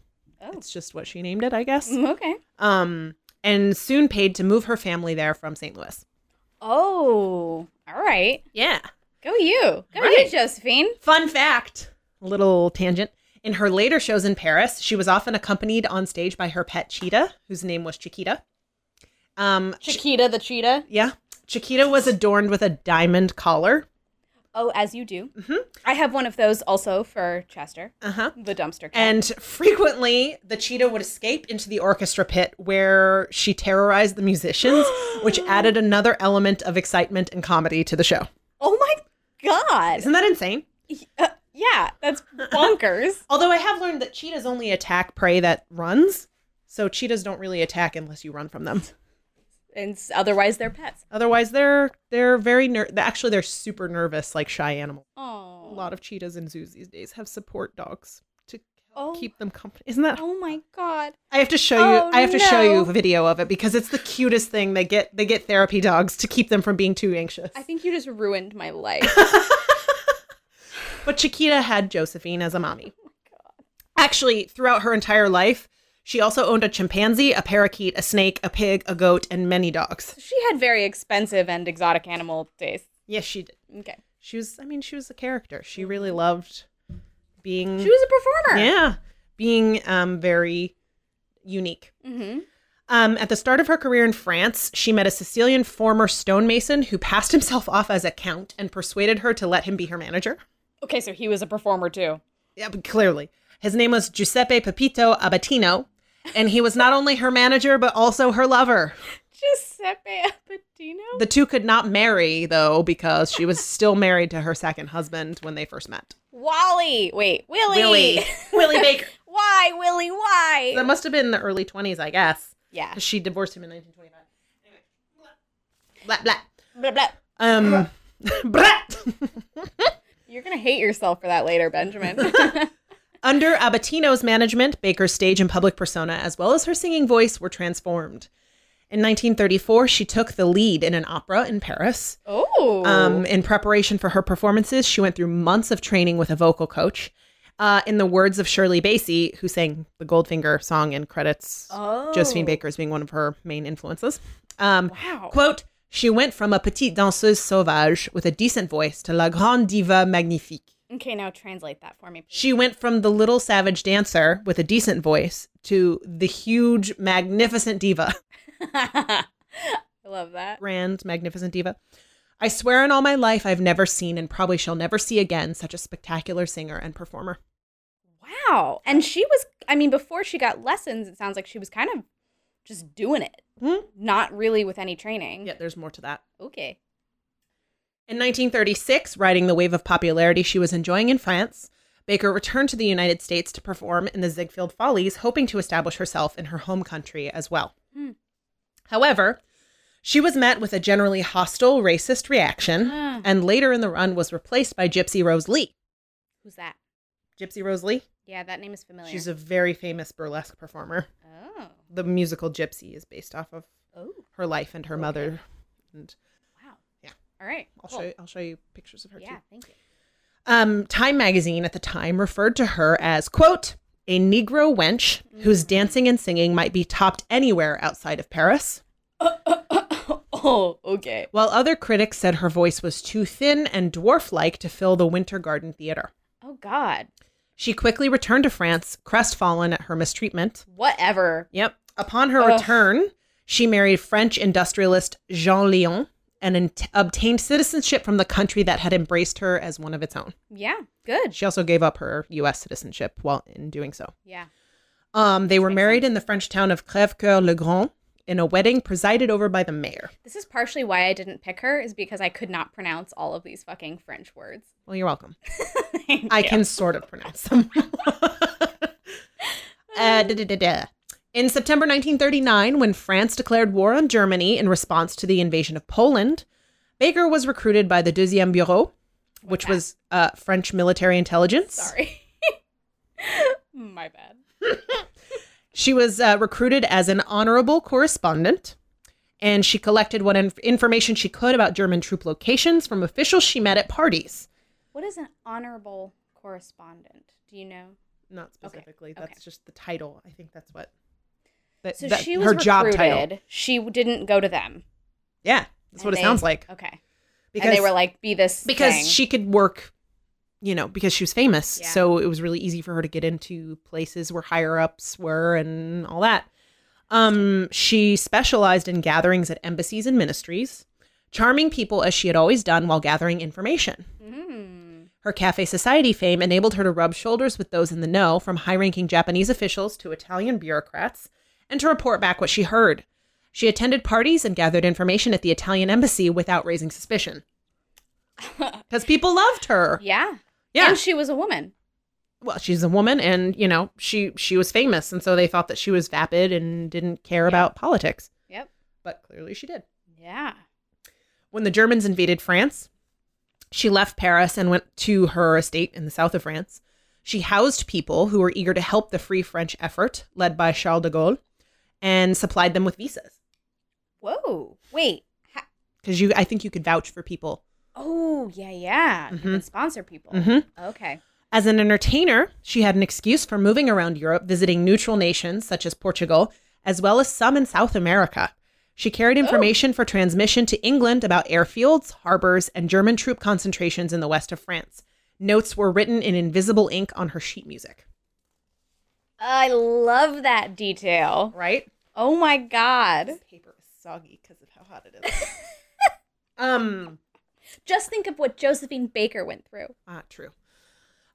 Speaker 1: Oh.
Speaker 2: It's just what she named it, I guess
Speaker 1: Mm, Okay.
Speaker 2: um, and soon paid to move her family there from St. Louis.
Speaker 1: Oh, all right.
Speaker 2: Yeah.
Speaker 1: Go you. Go you,
Speaker 2: Right.
Speaker 1: Josephine.
Speaker 2: Fun fact little tangent. In her later shows in Paris, she was often accompanied on stage by her pet cheetah, whose name was Chiquita. Um, Ch-
Speaker 1: Chiquita the cheetah.
Speaker 2: yeah. Chiquita was adorned with a diamond collar.
Speaker 1: Oh, as you do.
Speaker 2: Mm-hmm.
Speaker 1: I have one of those also for Chester,
Speaker 2: Uh huh.
Speaker 1: the dumpster cat.
Speaker 2: And frequently, the cheetah would escape into the orchestra pit where she terrorized the musicians, which added another element of excitement and comedy to the show.
Speaker 1: oh my god.
Speaker 2: Isn't that insane?
Speaker 1: Uh, yeah, that's bonkers.
Speaker 2: Although I have learned that cheetahs only attack prey that runs. So cheetahs don't really attack unless you run from them.
Speaker 1: and s- otherwise, they're pets.
Speaker 2: Otherwise, they're they're very ner- they're- actually they're super nervous, like shy animals. A
Speaker 1: Oh.
Speaker 2: lot of cheetahs in zoos these days have support dogs to
Speaker 1: Oh.
Speaker 2: keep them company. Isn't that?
Speaker 1: Oh my god.
Speaker 2: I have to show you.
Speaker 1: Oh,
Speaker 2: I have to show
Speaker 1: no.
Speaker 2: you a video of it because it's the cutest thing. They get they get therapy dogs to keep them from being too anxious.
Speaker 1: I think you just ruined my life.
Speaker 2: But Chiquita had Josephine as a mommy.
Speaker 1: Oh
Speaker 2: Actually, throughout her entire life, she also owned a chimpanzee, a parakeet, a snake, a pig, a goat, and many dogs.
Speaker 1: she had very expensive and exotic animal tastes.
Speaker 2: Yes, she did.
Speaker 1: Okay.
Speaker 2: She was, I mean, she was a character. She really loved being,
Speaker 1: She was a performer.
Speaker 2: Mm. yeah, being um, very unique.
Speaker 1: Mm-hmm.
Speaker 2: Um, at the start of her career in France, she met a Sicilian former stonemason who passed himself off as a count and persuaded her to let him be her manager.
Speaker 1: Okay, so he was a performer too.
Speaker 2: Yeah, but clearly. His name was Giuseppe Pepito Abatino, and he was not only her manager, but also her lover.
Speaker 1: Giuseppe Abatino?
Speaker 2: The two could not marry, though, because she was still married to her second husband when they first met.
Speaker 1: Wally. Wait, Willie.
Speaker 2: Willie Baker.
Speaker 1: why, Willie, why?
Speaker 2: That must have been in the early 20s, I guess.
Speaker 1: yeah.
Speaker 2: 'cause She divorced him in 1925. Anyway. Blah, blah.
Speaker 1: Blah, blah.
Speaker 2: Um, blah.
Speaker 1: You're going to hate yourself for that later, Benjamin.
Speaker 2: Under Abatino's management, Baker's stage and public persona, as well as her singing voice, were transformed. In 1934, she took the lead in an opera in Paris.
Speaker 1: oh.
Speaker 2: Um, in preparation for her performances, she went through months of training with a vocal coach. Uh, in the words of Shirley Bassey, who sang the Goldfinger song and credits
Speaker 1: oh.
Speaker 2: Josephine Baker as being one of her main influences. Um,
Speaker 1: Wow.
Speaker 2: Quote, she went from a petite danseuse sauvage with a decent voice to la grande diva magnifique.
Speaker 1: Okay, now translate that for me. please.
Speaker 2: She went from the little savage dancer with a decent voice to the huge, magnificent diva.
Speaker 1: I love that.
Speaker 2: Grand, magnificent diva. I swear in all my life, I've never seen and probably shall never see again such a spectacular singer and performer.
Speaker 1: Wow. And she was, I mean, before she got lessons, it sounds like she was kind of just doing it,
Speaker 2: Hmm?
Speaker 1: not really with any training.
Speaker 2: Yet there's more to that.
Speaker 1: Okay.
Speaker 2: In 1936, riding the wave of popularity she was enjoying in France, Baker returned to the United States to perform in the Ziegfeld Follies, hoping to establish herself in her home country as well.
Speaker 1: Hmm.
Speaker 2: However, she was met with a generally hostile, racist reaction,
Speaker 1: Ah.
Speaker 2: and later in the run was replaced by Gypsy Rose Lee.
Speaker 1: Who's that?
Speaker 2: Gypsy Rose Lee?
Speaker 1: Oh, Yeah, that name is familiar.
Speaker 2: She's a very famous burlesque performer.
Speaker 1: oh.
Speaker 2: The musical Gypsy is based off of
Speaker 1: Oh.
Speaker 2: her life and her
Speaker 1: Okay.
Speaker 2: mother. And
Speaker 1: Wow.
Speaker 2: Yeah.
Speaker 1: All right.
Speaker 2: I'll
Speaker 1: cool.
Speaker 2: show you, I'll show you pictures of her too.
Speaker 1: Yeah, thank you.
Speaker 2: Um, Time magazine at the time referred to her as, quote, a Negro wench whose dancing and singing might be topped anywhere outside of Paris.
Speaker 1: Oh, okay.
Speaker 2: while other critics said her voice was too thin and dwarf like to fill the Winter Garden Theater.
Speaker 1: Oh God.
Speaker 2: She quickly returned to France, crestfallen at her mistreatment.
Speaker 1: Whatever.
Speaker 2: Yep. Upon her
Speaker 1: Ugh.
Speaker 2: return, she married French industrialist Jean Lyon and in- obtained citizenship from the country that had embraced her as one of its own.
Speaker 1: Yeah. Good.
Speaker 2: She also gave up her U.S. citizenship while in doing so.
Speaker 1: Yeah.
Speaker 2: Um, they were
Speaker 1: Makes
Speaker 2: married in the French town of Crèvecoeur-le-Grand in a wedding presided over by the mayor.
Speaker 1: This is partially why I didn't pick her is because I could not pronounce all of these fucking French words.
Speaker 2: Well, you're welcome.
Speaker 1: Thank
Speaker 2: I
Speaker 1: you.
Speaker 2: can sort of pronounce them. Uh, da-da-da-da. In September 1939, when France declared war on Germany in response to the invasion of Poland, Baker was recruited by the Deuxième Bureau, which was uh, French military intelligence.
Speaker 1: Sorry. My bad.
Speaker 2: She was uh, recruited as an honorable correspondent, and she collected what inf- information she could about German troop locations from officials she met at parties.
Speaker 1: What is an honorable correspondent? Do you know?
Speaker 2: Not specifically.
Speaker 1: okay.
Speaker 2: That's just the title. I think that's what. That,
Speaker 1: So
Speaker 2: that-
Speaker 1: she was
Speaker 2: her
Speaker 1: recruited.
Speaker 2: job title.
Speaker 1: She didn't go to them.
Speaker 2: Yeah, that's
Speaker 1: And
Speaker 2: what it
Speaker 1: they-
Speaker 2: sounds like.
Speaker 1: Okay.
Speaker 2: Because
Speaker 1: and they were like, "Be this
Speaker 2: because
Speaker 1: thing.
Speaker 2: she could work you know because she was famous
Speaker 1: Yeah.
Speaker 2: so it was really easy for her to get into places where higher ups were and all that um she specialized in gatherings at embassies and ministries charming people as she had always done while gathering information
Speaker 1: Mm.
Speaker 2: her cafe society fame enabled her to rub shoulders with those in the know from high-ranking japanese officials to italian bureaucrats and to report back what she heard she attended parties and gathered information at the italian embassy without raising suspicion because people loved her
Speaker 1: Yeah.
Speaker 2: yeah.
Speaker 1: And she was a woman.
Speaker 2: well, she's a woman and, you know, she she was famous and so they thought that she was vapid and didn't care about politics.
Speaker 1: Yep.
Speaker 2: But clearly she did.
Speaker 1: Yeah.
Speaker 2: When the Germans invaded France, she left Paris and went to her estate in the south of France. She housed people who were eager to help the Free French effort led by Charles de Gaulle and supplied them with visas
Speaker 1: Whoa. Wait. Ha-
Speaker 2: because you I think you could vouch for people.
Speaker 1: oh yeah, yeah. You
Speaker 2: Mm-hmm.
Speaker 1: can sponsor people.
Speaker 2: Mhm.
Speaker 1: Okay.
Speaker 2: As an entertainer, she had an excuse for moving around Europe, visiting neutral nations such as Portugal, as well as some in South America. She carried information for transmission to England about airfields, harbors, and German troop concentrations in the west of France. Notes were written in invisible ink on her sheet music.
Speaker 1: I love that detail.
Speaker 2: Right?
Speaker 1: Oh my god.
Speaker 2: Paper is soggy because of how hot it is. um,
Speaker 1: Just think of what Josephine Baker went through.
Speaker 2: Ah, true.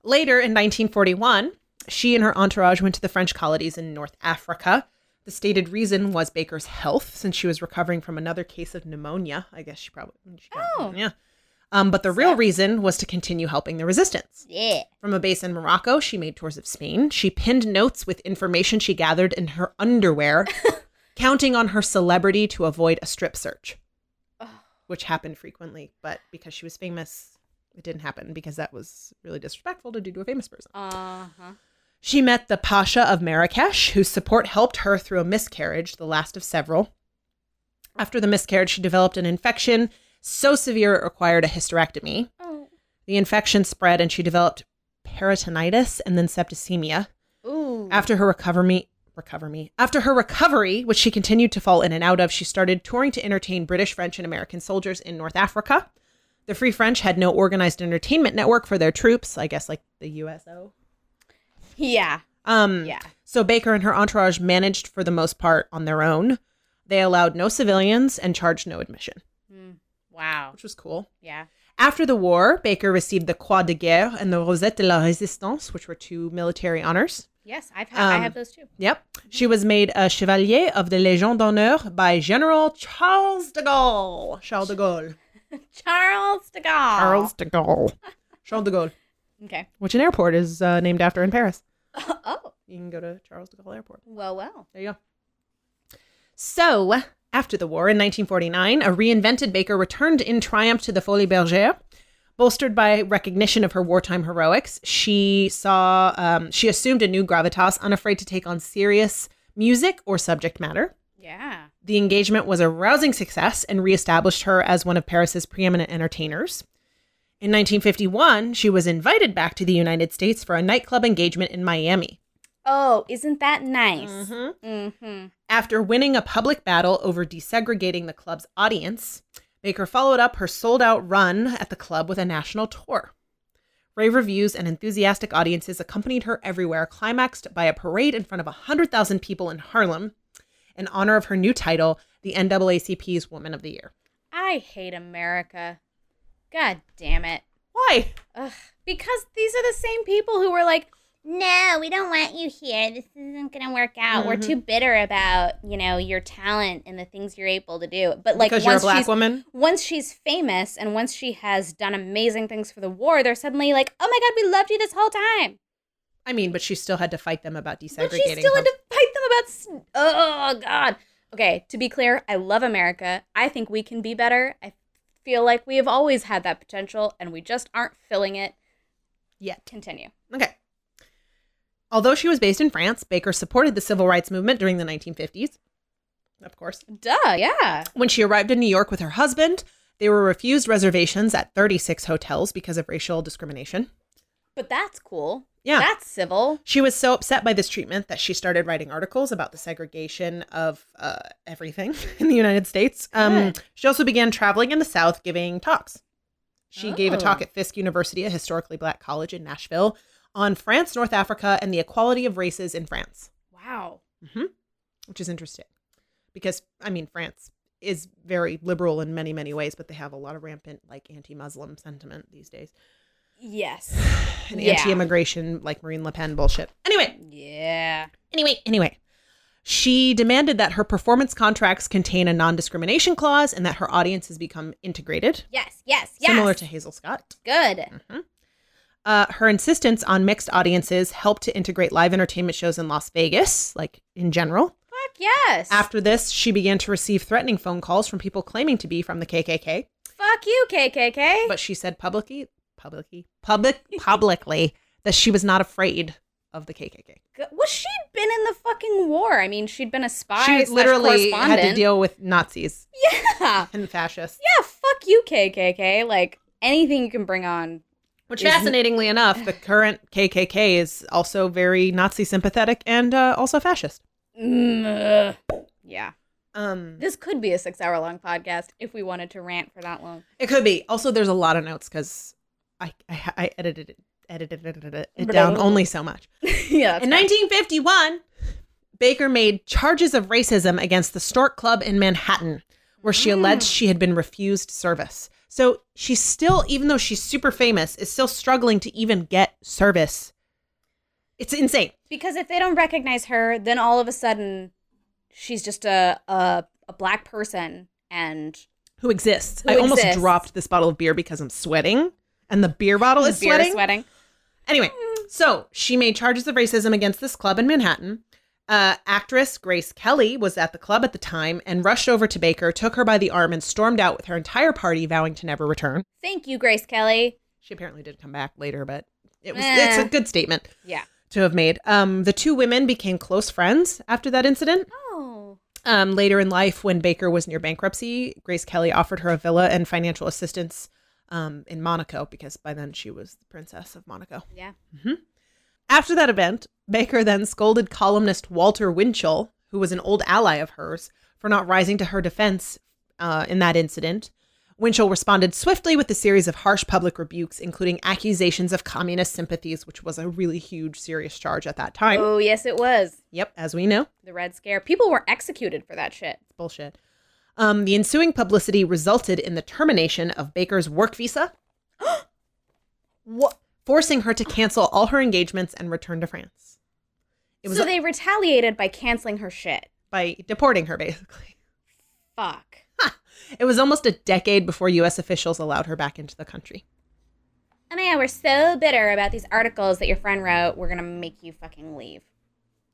Speaker 2: Later in 1941, she and her entourage went to the French colonies in North Africa. The stated reason was Baker's health, since she was recovering from another case of pneumonia. I guess she probably she got
Speaker 1: Oh.
Speaker 2: pneumonia. Um, but the real reason was to continue helping the resistance.
Speaker 1: Yeah.
Speaker 2: From a base in Morocco, she made tours of Spain. She pinned notes with information she gathered in her underwear, counting on her celebrity to avoid a strip search,
Speaker 1: Oh.
Speaker 2: which happened frequently. But because she was famous, it didn't happen because that was really disrespectful to do to a famous person.
Speaker 1: Uh
Speaker 2: Uh-huh.
Speaker 1: huh.
Speaker 2: She met the Pasha of Marrakesh, whose support helped her through a miscarriage, the last of several. After the miscarriage, she developed an infection so severe it required a hysterectomy.
Speaker 1: Oh.
Speaker 2: The infection spread and she developed peritonitis and then septicemia.
Speaker 1: Ooh.
Speaker 2: After her recovery, recover me. After her recovery, which she continued to fall in and out of, she started touring to entertain British, French, and American soldiers in North Africa. The Free French had no organized entertainment network for their troops, I guess like the USO.
Speaker 1: Yeah.
Speaker 2: Um,
Speaker 1: Yeah.
Speaker 2: So Baker and her entourage managed for the most part on their own. They allowed no civilians and charged no admission,
Speaker 1: Wow.
Speaker 2: which was cool.
Speaker 1: Yeah.
Speaker 2: After the war, Baker received the Croix de Guerre and the Rosette de la Résistance, which were two military honors.
Speaker 1: Yes, I've had I
Speaker 2: Um,
Speaker 1: have those too.
Speaker 2: Yep. She was made a Chevalier of the Légion d'honneur by General Charles de Gaulle. Charles de Gaulle.
Speaker 1: Charles de Gaulle.
Speaker 2: Charles de Gaulle. Charles de Gaulle,
Speaker 1: Okay.
Speaker 2: which an airport is uh, named after in Paris.
Speaker 1: oh.
Speaker 2: You can go to Charles de Gaulle Airport.
Speaker 1: Well, well.
Speaker 2: There you go. So, after the war in 1949, a reinvented Baker returned in triumph to the Folie Bergère. Bolstered by recognition of her wartime heroics, she saw um, she assumed a new gravitas, unafraid to take on serious music or subject matter.
Speaker 1: Yeah.
Speaker 2: The engagement was a rousing success and reestablished her as one of Paris's preeminent entertainers. In 1951, she was invited back to the United States for a nightclub engagement in Miami.
Speaker 1: Oh, isn't that nice?
Speaker 2: Mhm.
Speaker 1: Mm-hmm.
Speaker 2: After winning a public battle over desegregating the club's audience, Baker followed up her sold out run at the club with a national tour. Rave reviews and enthusiastic audiences accompanied her everywhere, climaxed by a parade in front of 100,000 people in Harlem in honor of her new title, the NAACP's Woman of the Year.
Speaker 1: I hate America. God damn it.
Speaker 2: Why?
Speaker 1: Ugh. Because these are the same people who were like,
Speaker 4: No, we don't want you here. This isn't going to work out. We're
Speaker 1: Mm-hmm.
Speaker 4: too bitter about, you know, your talent and the things you're able to do. But like
Speaker 2: because you're a
Speaker 1: once
Speaker 2: black
Speaker 1: she's-
Speaker 2: woman?
Speaker 1: once she's famous and once she has done amazing things for the war, they're suddenly like, "Oh my god, we loved you this whole time."
Speaker 2: I mean, but she still had to fight them about desegregating.
Speaker 1: But she still
Speaker 2: her-
Speaker 1: had to fight them about. s- Oh god. Okay, to be clear, I love America. I think we can be better. I feel like we have always had that potential, and we just aren't filling it.
Speaker 2: Yet.
Speaker 1: Continue.
Speaker 2: Okay. Although she was based in France, Baker supported the civil rights movement during the 1950s. Of course.
Speaker 1: Duh. Yeah.
Speaker 2: When she arrived in New York with her husband, they were refused reservations at 36 hotels because of racial discrimination.
Speaker 1: But that's cool.
Speaker 2: Yeah.
Speaker 1: That's civil.
Speaker 2: She was so upset by this treatment that she started writing articles about the segregation of uh, everything in the United States. Um, she also began traveling in the South giving talks. She gave a talk
Speaker 1: Oh.
Speaker 2: at Fisk University, a historically black college in Nashville, on France, North Africa, and the equality of races in France.
Speaker 1: Wow.
Speaker 2: which is interesting because I mean France is very liberal in many many ways, but they have a lot of rampant like anti-Muslim sentiment these days
Speaker 1: Yes.
Speaker 2: and
Speaker 1: Yeah.
Speaker 2: anti-immigration like Marine Le Pen bullshit. Anyway,
Speaker 1: Yeah.
Speaker 2: anyway, anyway. She demanded that her performance contracts contain a non-discrimination clause and that her audiences become integrated,
Speaker 1: Yes. Yes. Yes.
Speaker 2: similar to Hazel Scott.
Speaker 1: Good.
Speaker 2: Uh, her insistence on mixed audiences helped to integrate live entertainment shows in Las Vegas, like in general.
Speaker 1: Fuck yes.
Speaker 2: After this, she began to receive threatening phone calls from people claiming to be from the KKK,
Speaker 1: Fuck you, KKK.
Speaker 2: but she said publicly, publicly, public, publicly that she was not afraid of the KKK.
Speaker 1: Go- well, she'd been in the fucking war. I mean, she'd been a spy.
Speaker 2: She
Speaker 1: slash
Speaker 2: literally had
Speaker 1: correspondent.
Speaker 2: to deal with Nazis
Speaker 1: Yeah.
Speaker 2: and fascists.
Speaker 1: Yeah. Fuck you, KKK. Like anything you can bring on.
Speaker 2: Which, fascinatingly enough, the current KKK is also very Nazi sympathetic and uh, also fascist.
Speaker 1: Mm, ugh. Yeah.
Speaker 2: Um,
Speaker 1: This could be a six-hour-long podcast if we wanted to rant for that long.
Speaker 2: it could be. Also, there's a lot of notes because I, I I edited it edited it, edited it down only so much.
Speaker 1: yeah.
Speaker 2: In 1951, Baker made charges of racism against the Stork Club in Manhattan, where she alleged she had been refused service. So she's still, even though she's super famous, is still struggling to even get service. It's insane.
Speaker 1: Because if they don't recognize her, then all of a sudden, she's just a a, a black person, and
Speaker 2: Who exists?
Speaker 1: Who
Speaker 2: I almost
Speaker 1: exists?
Speaker 2: dropped this bottle of beer because I'm sweating, and the beer bottle
Speaker 1: the
Speaker 2: is
Speaker 1: beer
Speaker 2: sweating.
Speaker 1: sweating. Mm.
Speaker 2: Anyway, so she made charges of racism against this club in Manhattan. Uh, actress Grace Kelly was at the club at the time and rushed over to Baker, took her by the arm, and stormed out with her entire party, vowing to never return.
Speaker 1: Thank you, Grace Kelly.
Speaker 2: She apparently did come back later, but it was
Speaker 1: Eh.
Speaker 2: it's a good statement
Speaker 1: Yeah.
Speaker 2: to have made. Um, the two women became close friends after that incident.
Speaker 1: Oh.
Speaker 2: Um, later in life, when Baker was near bankruptcy, Grace Kelly offered her a villa and financial assistance um, in Monaco because by then she was the princess of Monaco. Mm-hmm.
Speaker 1: Yeah.
Speaker 2: After that event, Baker then scolded columnist Walter Winchell, who was an old ally of hers, for not rising to her defense uh, in that incident. Winchell responded swiftly with a series of harsh public rebukes, including accusations of communist sympathies, which was a really huge, serious charge at that time.
Speaker 1: Oh yes, it was.
Speaker 2: Yep, as we know,
Speaker 1: the Red Scare. People were executed for that shit.
Speaker 2: it's bullshit. Um, the ensuing publicity resulted in the termination of Baker's work visa,
Speaker 1: What?
Speaker 2: forcing her to cancel all her engagements and return to France. It was
Speaker 1: so they retaliated by canceling her shit.
Speaker 2: by deporting her, basically.
Speaker 1: Fuck.
Speaker 2: It was almost a decade before U.S. officials allowed her back into the country.
Speaker 1: Oh man, we're so bitter about these articles that your friend wrote. We're gonna make you fucking leave.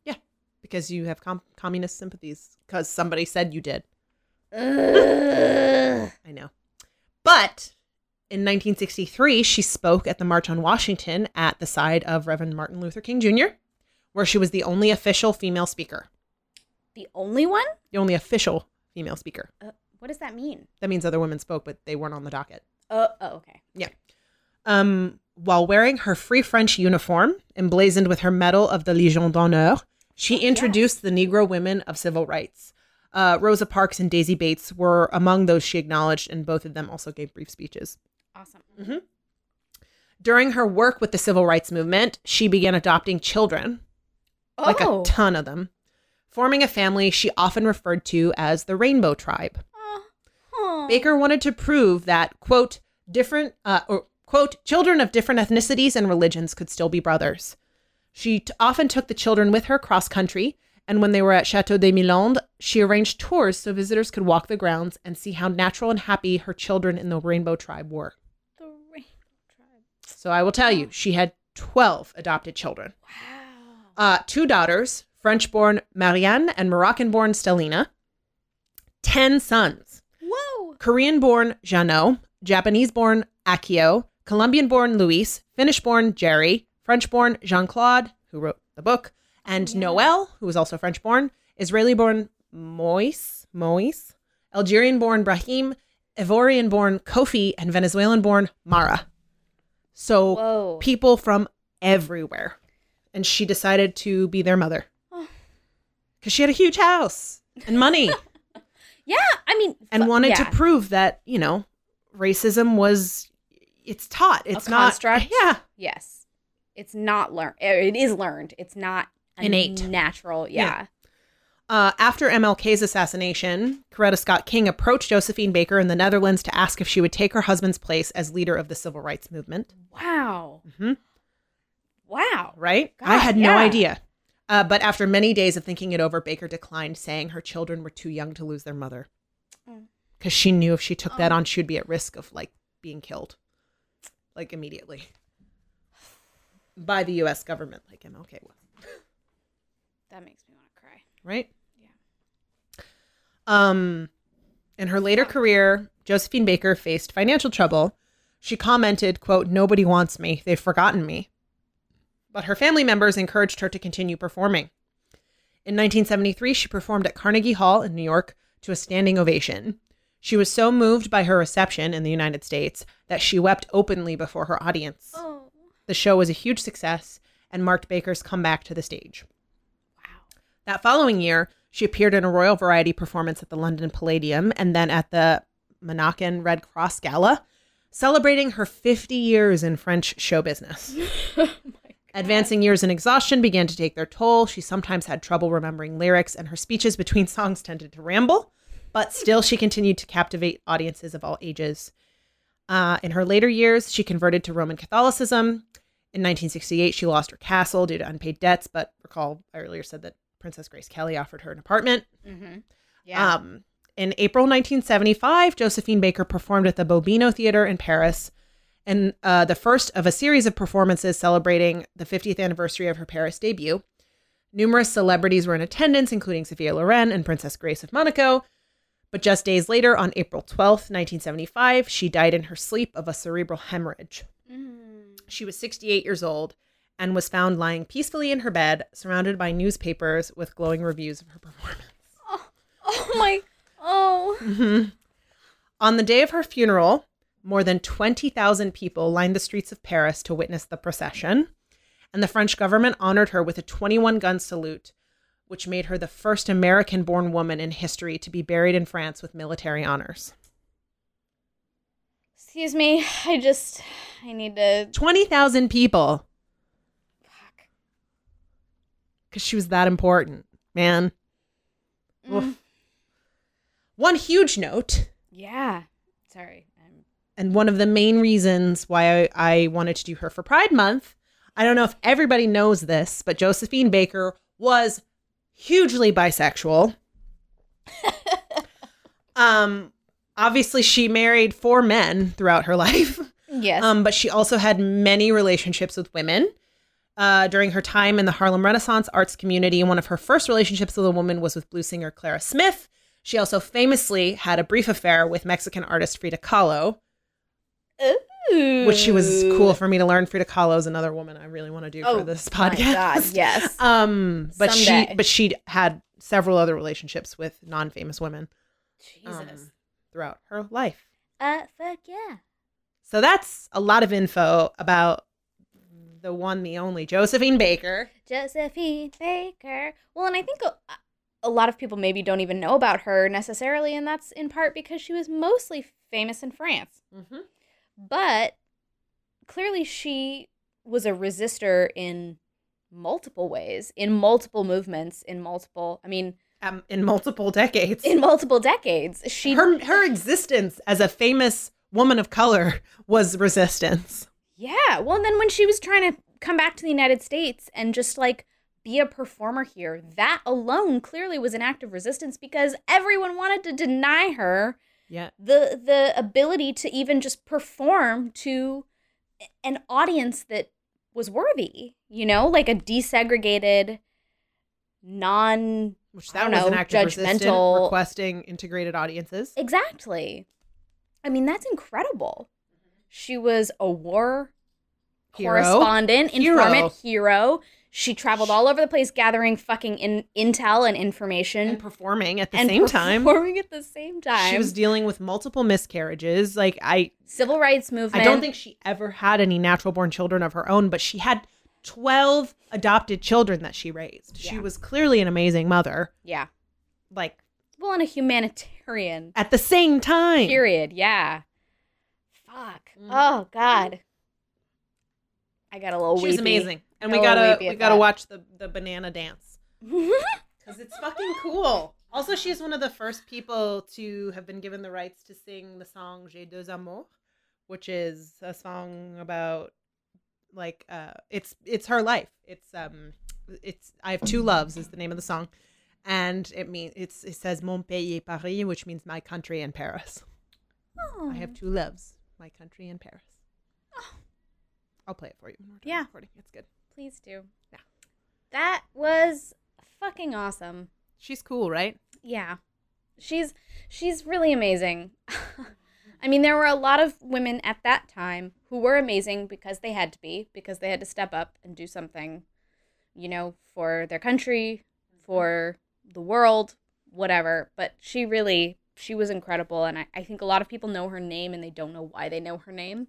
Speaker 2: Yeah, because you have com- communist sympathies because somebody said you did. I know. But in 1963, she spoke at the March on Washington at the side of Reverend Martin Luther King Jr., where she was the only official female speaker.
Speaker 1: The only one?
Speaker 2: The only official female speaker.
Speaker 1: Uh, what does that mean? Uh,
Speaker 2: That means other women spoke, but they weren't on the docket.
Speaker 1: Oh, oh okay.
Speaker 2: Yeah. Um, while wearing her Free French uniform, emblazoned with her medal of the Legion d'honneur, she introduced the Negro women of civil rights. Uh, Rosa Parks and Daisy Bates were among those she acknowledged, and both of them also gave brief speeches.
Speaker 1: Awesome.
Speaker 2: During her work with the civil rights movement, she began adopting children,
Speaker 1: Oh,
Speaker 2: like a ton of them, forming a family she often referred to as the Rainbow Tribe.
Speaker 4: Oh.
Speaker 2: Baker wanted to prove that, quote, different, uh, or, quote, children of different ethnicities and religions could still be brothers. She t- often took the children with her cross country, and when they were at Chateau des Milondes, she arranged tours so visitors could walk the grounds and see how natural and happy her children in the Rainbow Tribe were.
Speaker 4: The rainbow tribe.
Speaker 2: So I will tell you, she had 12 adopted children.
Speaker 4: Wow.
Speaker 2: Uh, two daughters, French born Marianne and Moroccan born Stellina, 10 sons.
Speaker 4: Whoa.
Speaker 2: Korean born Jano, Japanese born Akio, Colombian born Luis, Finnish born Jerry, French born Jean Claude, who wrote the book, and Noel, who was also French born, Israeli born Moise, Moise, Algerian born Brahim, Ivorian born Kofi, and Venezuelan born Mara. So
Speaker 4: Whoa.
Speaker 2: people from everywhere. And she decided to be their mother because she had a huge house and money
Speaker 1: yeah. I mean,
Speaker 2: and
Speaker 1: fu-
Speaker 2: wanted
Speaker 1: yeah.
Speaker 2: to prove that you know racism was it's taught it's not
Speaker 1: construct?
Speaker 2: yeah
Speaker 1: Yes. It's not learned. It is learned. It's not a
Speaker 2: Innate.
Speaker 1: Natural. Yeah.
Speaker 2: uh, after mlk's assassination coretta scott king approached josephine baker in the netherlands to ask if she would take her husband's place as leader of the civil rights movement
Speaker 1: Wow.
Speaker 2: Mhm.
Speaker 1: Wow.
Speaker 2: right
Speaker 1: God,
Speaker 2: i had no
Speaker 1: yeah.
Speaker 2: idea uh, but after many days of thinking it over baker declined saying her children were too young to lose their mother because she knew if she took that on she would be at risk of like being killed like immediately by the us government like mlk was
Speaker 1: That makes me want to cry.
Speaker 2: right? Yeah. Um, in her later career, Josephine Baker faced financial trouble. She commented, "quote Nobody wants me. They've forgotten me." But her family members encouraged her to continue performing. In 1973, she performed at Carnegie Hall in New York to a standing ovation. She was so moved by her reception in the United States that she wept openly before her audience.
Speaker 4: Oh.
Speaker 2: The show was a huge success and marked Baker's comeback to the stage. That following year, she appeared in a royal variety performance at the London Palladium and then at the Monacan Red Cross Gala, celebrating her 50 years in French show business. Advancing years and exhaustion began to take their toll. She sometimes had trouble remembering lyrics, and her speeches between songs tended to ramble, but still, she continued to captivate audiences of all ages. Uh, in her later years, she converted to Roman Catholicism. In 1968, she lost her castle due to unpaid debts, but recall I earlier said that Princess Grace Kelly offered her an apartment.
Speaker 1: Mm-hmm. Yeah.
Speaker 2: Um, in April 1975, Josephine Baker performed at the Bobino Theater in Paris, and uh, the first of a series of performances celebrating the 50th anniversary of her Paris debut. Numerous celebrities were in attendance, including Sophia Loren and Princess Grace of Monaco. But just days later, on April 12th, 1975, she died in her sleep of a cerebral hemorrhage. She was 68 years old and was found lying peacefully in her bed, surrounded by newspapers with glowing reviews of her performance.
Speaker 4: Oh my. Oh.
Speaker 2: On the day of her funeral, more than 20,000 people lined the streets of Paris to witness the procession, and the French government honored her with a 21 gun salute, which made her the first American born woman in history to be buried in France with military honors.
Speaker 4: Excuse me. I just. I need to.
Speaker 2: 20,000 people,
Speaker 4: Fuck.
Speaker 2: because she was that important, man. Oof. One huge note
Speaker 1: yeah. Sorry. I'm
Speaker 2: and one of the main reasons why I, I wanted to do her for Pride Month. I don't know if everybody knows this, but Josephine Baker was hugely bisexual. um, obviously, she married four men throughout her life,
Speaker 1: yes.
Speaker 2: um, but she also had many relationships with women. Uh, during her time in the Harlem Renaissance arts community, one of her first relationships with a woman was with blues singer Clara Smith. She also famously had a brief affair with Mexican artist Frida Kahlo, which she was cool for me to learn. Frida Kahlo is another woman I really want to do for
Speaker 1: Oh,
Speaker 2: this
Speaker 1: My
Speaker 2: podcast.
Speaker 1: God. Yes.
Speaker 2: Um, but
Speaker 1: Someday.
Speaker 2: she but she had several other relationships with non-famous women
Speaker 1: Jesus.
Speaker 2: um, throughout her life.
Speaker 4: Uh. Fuck yeah.
Speaker 2: So that's a lot of info about the one, the only Josephine Baker.
Speaker 4: Josephine Baker.
Speaker 1: Well, and I think a, a lot of people maybe don't even know about her necessarily, and that's in part because she was mostly famous in France. But clearly, she was a resistor in multiple ways, in multiple movements, in multiple, I mean,
Speaker 2: Um, in multiple decades.
Speaker 1: in multiple decades. She,
Speaker 2: her her existence as a famous woman of color was resistance.
Speaker 1: yeah. Well, and then when she was trying to come back to the United States and just like, be a performer here. That alone clearly was an act of resistance because everyone wanted to deny her
Speaker 2: Yeah.
Speaker 1: the the ability to even just perform to an audience that was worthy you know like a desegregated non
Speaker 2: Which
Speaker 1: I
Speaker 2: that
Speaker 1: don't
Speaker 2: was an
Speaker 1: know,
Speaker 2: act of resistance
Speaker 1: judgmental-
Speaker 2: requesting integrated audiences.
Speaker 1: exactly i mean that's incredible she was a war
Speaker 2: Hero.
Speaker 1: correspondent
Speaker 2: Hero.
Speaker 1: informant hero she traveled all over the place gathering fucking in- intel and information
Speaker 2: And performing at the
Speaker 1: and
Speaker 2: same time.
Speaker 1: performing at the same time
Speaker 2: She was dealing with multiple miscarriages. Like I
Speaker 1: civil rights movement
Speaker 2: I don't think she ever had any natural born children of her own, but she had 12 adopted children that she raised. She
Speaker 1: Yeah.
Speaker 2: was clearly an amazing mother.
Speaker 1: yeah
Speaker 2: Like
Speaker 1: well and a humanitarian
Speaker 2: at the same Mm. time.
Speaker 1: Period. Yeah. Fuck. Oh God. I got a little
Speaker 2: She
Speaker 1: weepy.
Speaker 2: was amazing. And
Speaker 1: Got
Speaker 2: we
Speaker 1: a little
Speaker 2: gotta
Speaker 1: weepy
Speaker 2: we
Speaker 1: at
Speaker 2: gotta
Speaker 1: that.
Speaker 2: watch the, the banana dance. Because it's fucking cool. Also, she's one of the first people to have been given the rights to sing the song J'ai deux amours, which is a song about like uh it's it's her life. It's um it's I have two loves is the name of the song. And it means it's it says Mon pays et Paris, which means my country and Paris. I have two loves, my country and Paris. I'll play it for you. when we're done
Speaker 1: Yeah.
Speaker 2: recording. it's good.
Speaker 1: Please do.
Speaker 2: Yeah.
Speaker 1: That was fucking awesome.
Speaker 2: She's cool, right?
Speaker 1: Yeah. She's she's really amazing. I mean, there were a lot of women at that time who were amazing because they had to be, because they had to step up and do something, you know, for their country, for the world, whatever. But she really she was incredible and I, I think a lot of people know her name and they don't know why they know her name.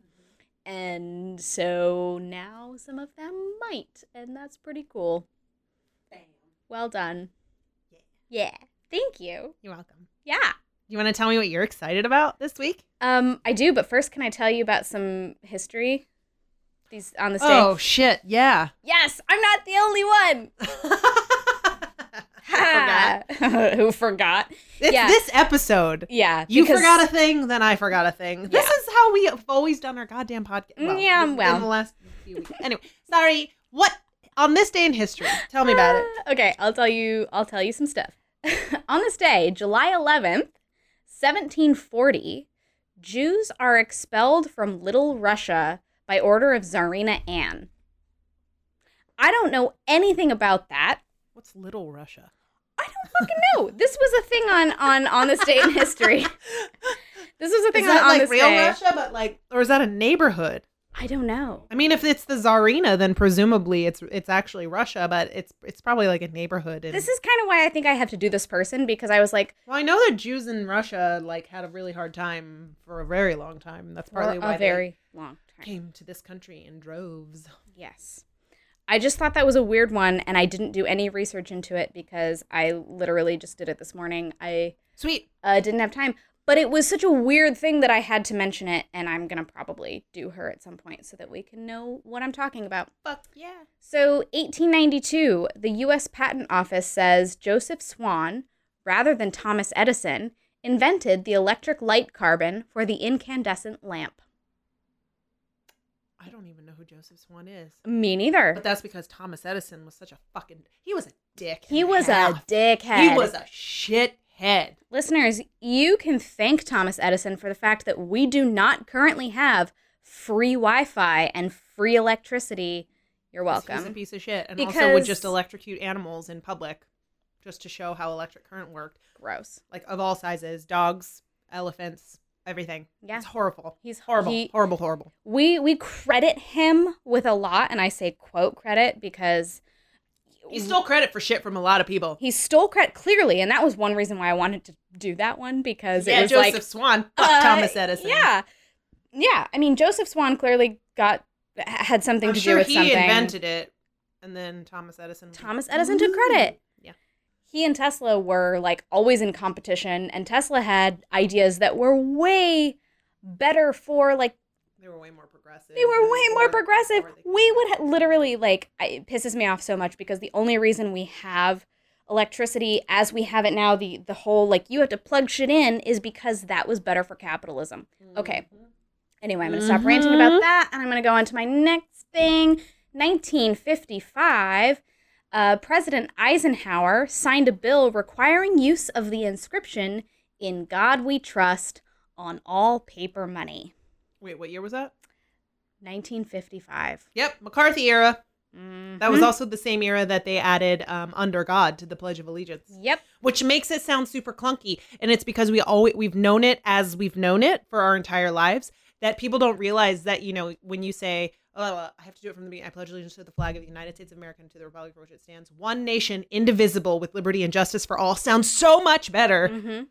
Speaker 1: And so now some of them might, and that's pretty cool. Well done.
Speaker 4: Yeah.
Speaker 1: Thank you.
Speaker 2: You're welcome.
Speaker 1: Yeah.
Speaker 2: You want to tell me what you're excited about this week?
Speaker 1: Um, I do, but first, can I tell you about some history? These on the stage.
Speaker 2: Oh shit! Yeah.
Speaker 1: yes, I'm not the only one.
Speaker 2: Forgot.
Speaker 1: Who forgot?
Speaker 2: It's
Speaker 1: Yeah.
Speaker 2: this episode.
Speaker 1: Yeah,
Speaker 2: You
Speaker 1: because-
Speaker 2: forgot a thing, then I forgot a thing. This is how we have always done our goddamn podcast.
Speaker 1: Mm, Yeah, well.
Speaker 2: in the last few weeks. Anyway, sorry. What on this day in history? Tell me about it.
Speaker 1: Okay, I'll tell you. I'll tell you some stuff. on this day, July 11th, 1740, Jews are expelled from Little Russia by order of Tsarina Anne. I don't know anything about that.
Speaker 2: What's Little Russia?
Speaker 1: No, this was a thing on on on this day in history. This was a thing
Speaker 2: Is
Speaker 1: on,
Speaker 2: that
Speaker 1: on
Speaker 2: like
Speaker 1: this
Speaker 2: real
Speaker 1: day.
Speaker 2: Russia, but like, or is that a neighborhood?
Speaker 1: I don't know.
Speaker 2: I mean, if it's the Tsarina, then presumably it's it's actually Russia, but it's it's probably like a neighborhood. In,
Speaker 1: This is kind of why I think I have to do this person because I was like,
Speaker 2: Well, I know that Jews in Russia like had a really hard time for a very long time. That's
Speaker 1: for
Speaker 2: probably why
Speaker 1: a very long
Speaker 2: they
Speaker 1: time.
Speaker 2: came to this country in droves.
Speaker 1: Yes. I just thought that was a weird one and I didn't do any research into it because I literally just did it this morning. I
Speaker 2: Sweet.
Speaker 1: uh, didn't have time, but it was such a weird thing that I had to mention it and I'm going to probably do her at some point so that we can know what I'm talking about.
Speaker 2: Fuck yeah.
Speaker 1: So, 1892, the US Patent Office says Joseph Swan, rather than Thomas Edison, invented the electric light carbon for the incandescent lamp.
Speaker 2: I don't even know who Joseph Swan is.
Speaker 1: Me
Speaker 2: But
Speaker 1: neither.
Speaker 2: that's because Thomas Edison was such a fucking he was a dick.
Speaker 1: He
Speaker 2: and
Speaker 1: was a
Speaker 2: half.
Speaker 1: dickhead.
Speaker 2: He was a shithead.
Speaker 1: Listeners, you can thank Thomas Edison for the fact that we do not currently have free Wi Fi and free electricity. You're
Speaker 2: He's a
Speaker 1: welcome.
Speaker 2: piece of shit. And also would
Speaker 1: Because-
Speaker 2: just electrocute animals in public just to show how electric current worked.
Speaker 1: Gross.
Speaker 2: Like of all sizes, dogs, elephants, everything.
Speaker 1: Yeah.
Speaker 2: It's horrible.
Speaker 1: He's
Speaker 2: horrible.
Speaker 1: he-
Speaker 2: horrible, horrible.
Speaker 1: We we credit him with a lot, and I say quote credit because
Speaker 2: He stole credit for shit from a lot of people.
Speaker 1: He stole credit clearly, and that was one reason why I wanted to do that one because it
Speaker 2: Yeah,
Speaker 1: was
Speaker 2: Joseph
Speaker 1: like
Speaker 2: Swan, fuck
Speaker 1: uh,
Speaker 2: Thomas Edison.
Speaker 1: Yeah, yeah, I mean Joseph Swan clearly got h- had something
Speaker 2: I'm
Speaker 1: to
Speaker 2: sure
Speaker 1: do with
Speaker 2: he
Speaker 1: something.
Speaker 2: invented it, and then Thomas Edison.
Speaker 1: Thomas Edison took credit.
Speaker 2: Yeah.
Speaker 1: He and Tesla were like always in competition, and Tesla had ideas that were way better for like
Speaker 2: They were way more progressive.
Speaker 1: they were
Speaker 2: and
Speaker 1: way more progressive.
Speaker 2: before they-
Speaker 1: We would ha- literally like I- it pisses me off so much because the only reason we have electricity as we have it now, the the whole like you have to plug shit in, is because that was better for capitalism.
Speaker 2: Mm-hmm.
Speaker 1: Okay. Anyway, I'm going to stop ranting about that and I'm going to go on to my next thing. 1955, uh, President Eisenhower signed a bill requiring use of the inscription, In God We Trust, on all paper money.
Speaker 2: Wait, what year was that?
Speaker 1: 1955.
Speaker 2: Yep, McCarthy era. That was
Speaker 1: Mhm.
Speaker 2: also the same era that they added um, "Under God" to the Pledge of Allegiance.
Speaker 1: Yep.
Speaker 2: which makes it sound super clunky and it's because we always we've known it as we've known it for our entire lives that people don't realize that you know when you say oh well, i have to do it from the beginning i pledge allegiance to the flag of the united states of america and to the republic for which it stands one nation indivisible with liberty and justice for all sounds so much better
Speaker 1: Mm-hmm.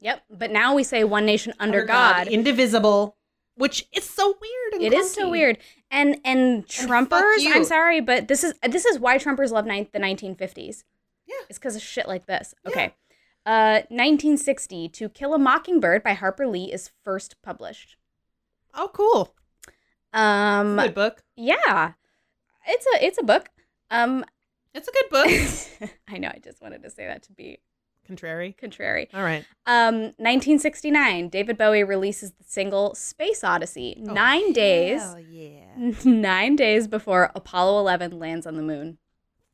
Speaker 1: Yep. But now we say one nation under, God.
Speaker 2: indivisible which is so weird and
Speaker 1: It is so
Speaker 2: clunky.
Speaker 1: weird. And and Trumpers,
Speaker 2: you.
Speaker 1: I'm sorry, but this is this is why Trumpers love ni- the 1950s.
Speaker 2: Yeah.
Speaker 1: It's because of shit like this. Okay. Uh, 1960, To Kill a Mockingbird by Harper Lee is first published.
Speaker 2: oh cool
Speaker 1: Um,
Speaker 2: it's a good book
Speaker 1: yeah, it's a it's a book. Um,
Speaker 2: it's a good book
Speaker 1: I know I just wanted to say that to be
Speaker 2: contrary
Speaker 1: contrary.
Speaker 2: all right
Speaker 1: Um, 1969, David Bowie releases the single Space Odyssey
Speaker 2: Oh,
Speaker 1: nine days,
Speaker 2: hell yeah
Speaker 1: nine days before Apollo 11 lands on the moon.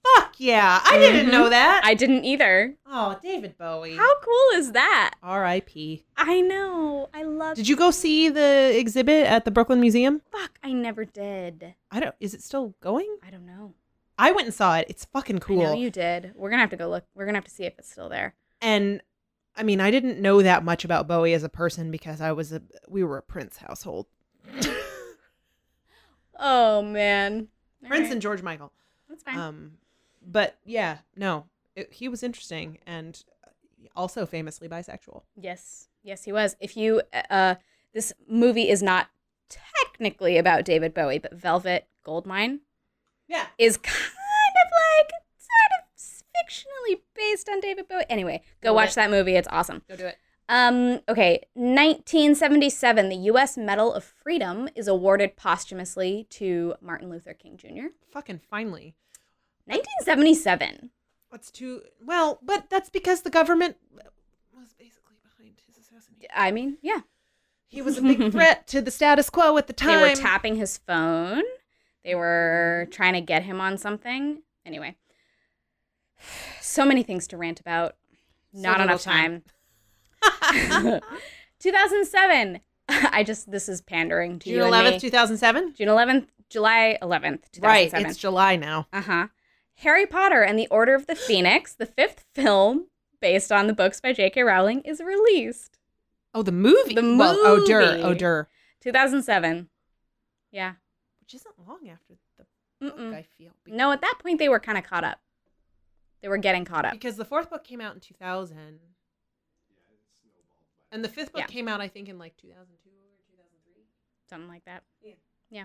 Speaker 2: fuck yeah i didn't
Speaker 1: Mhm.
Speaker 2: know that
Speaker 1: I didn't either.
Speaker 2: oh david bowie
Speaker 1: How cool is that?
Speaker 2: r.i.p
Speaker 1: I know. I love
Speaker 2: Did you go see the exhibit at the Brooklyn Museum?
Speaker 1: Fuck, I never did.
Speaker 2: I don't. Is it still going?
Speaker 1: I don't know.
Speaker 2: I went and saw it. It's fucking
Speaker 1: I know
Speaker 2: cool.
Speaker 1: you did. We're going to have to go look. We're going to have to see if it's still there.
Speaker 2: and I mean, I didn't know that much about Bowie as a person because I was a we were a Prince household.
Speaker 1: Oh, man. All
Speaker 2: Prince
Speaker 1: right.
Speaker 2: and George Michael.
Speaker 1: That's fine.
Speaker 2: Um, but yeah, no, it, he was interesting and also famously bisexual.
Speaker 1: Yes, yes, he was. If you, uh, this movie is not technically about David Bowie, but Velvet Goldmine
Speaker 2: Yeah.
Speaker 1: is kind of like sort of fictionally based on David Bowie. Anyway, go
Speaker 2: Love
Speaker 1: watch
Speaker 2: it.
Speaker 1: that movie. It's awesome.
Speaker 2: Go do it.
Speaker 1: Um, okay, 1977, the U.S. Medal of Freedom is awarded posthumously to Martin Luther King Jr.
Speaker 2: Fucking finally.
Speaker 1: 1977.
Speaker 2: What's too well, but that's because the government was basically behind his assassination.
Speaker 1: I mean, yeah,
Speaker 2: He was a big threat to the status quo at the time.
Speaker 1: they were tapping his phone. They were trying to get him on something. Anyway, so many things to rant about.
Speaker 2: So
Speaker 1: Not
Speaker 2: little
Speaker 1: enough time. 2007. I just this is pandering to
Speaker 2: June
Speaker 1: you. and me.
Speaker 2: eleventh, two thousand seven.
Speaker 1: June 11th, July 11th, 2007.
Speaker 2: Right, it's July now.
Speaker 1: Uh huh. Harry Potter and the Order of the Phoenix, the fifth film based on the books by J.K. Rowling, is released.
Speaker 2: Oh, the movie.
Speaker 1: The
Speaker 2: Well, oh,
Speaker 1: movie.
Speaker 2: der, oh, der.
Speaker 1: 2007. Yeah.
Speaker 2: Which isn't long after the book.
Speaker 1: Mm-mm.
Speaker 2: I feel
Speaker 1: No, at that point they were kind of caught up. They were getting caught up.
Speaker 2: because the fourth book came out in two thousand. And the fifth book
Speaker 1: Yeah.
Speaker 2: came out, I think, in like 2002 or 2003.
Speaker 1: something like that.
Speaker 2: Yeah.
Speaker 1: Yeah.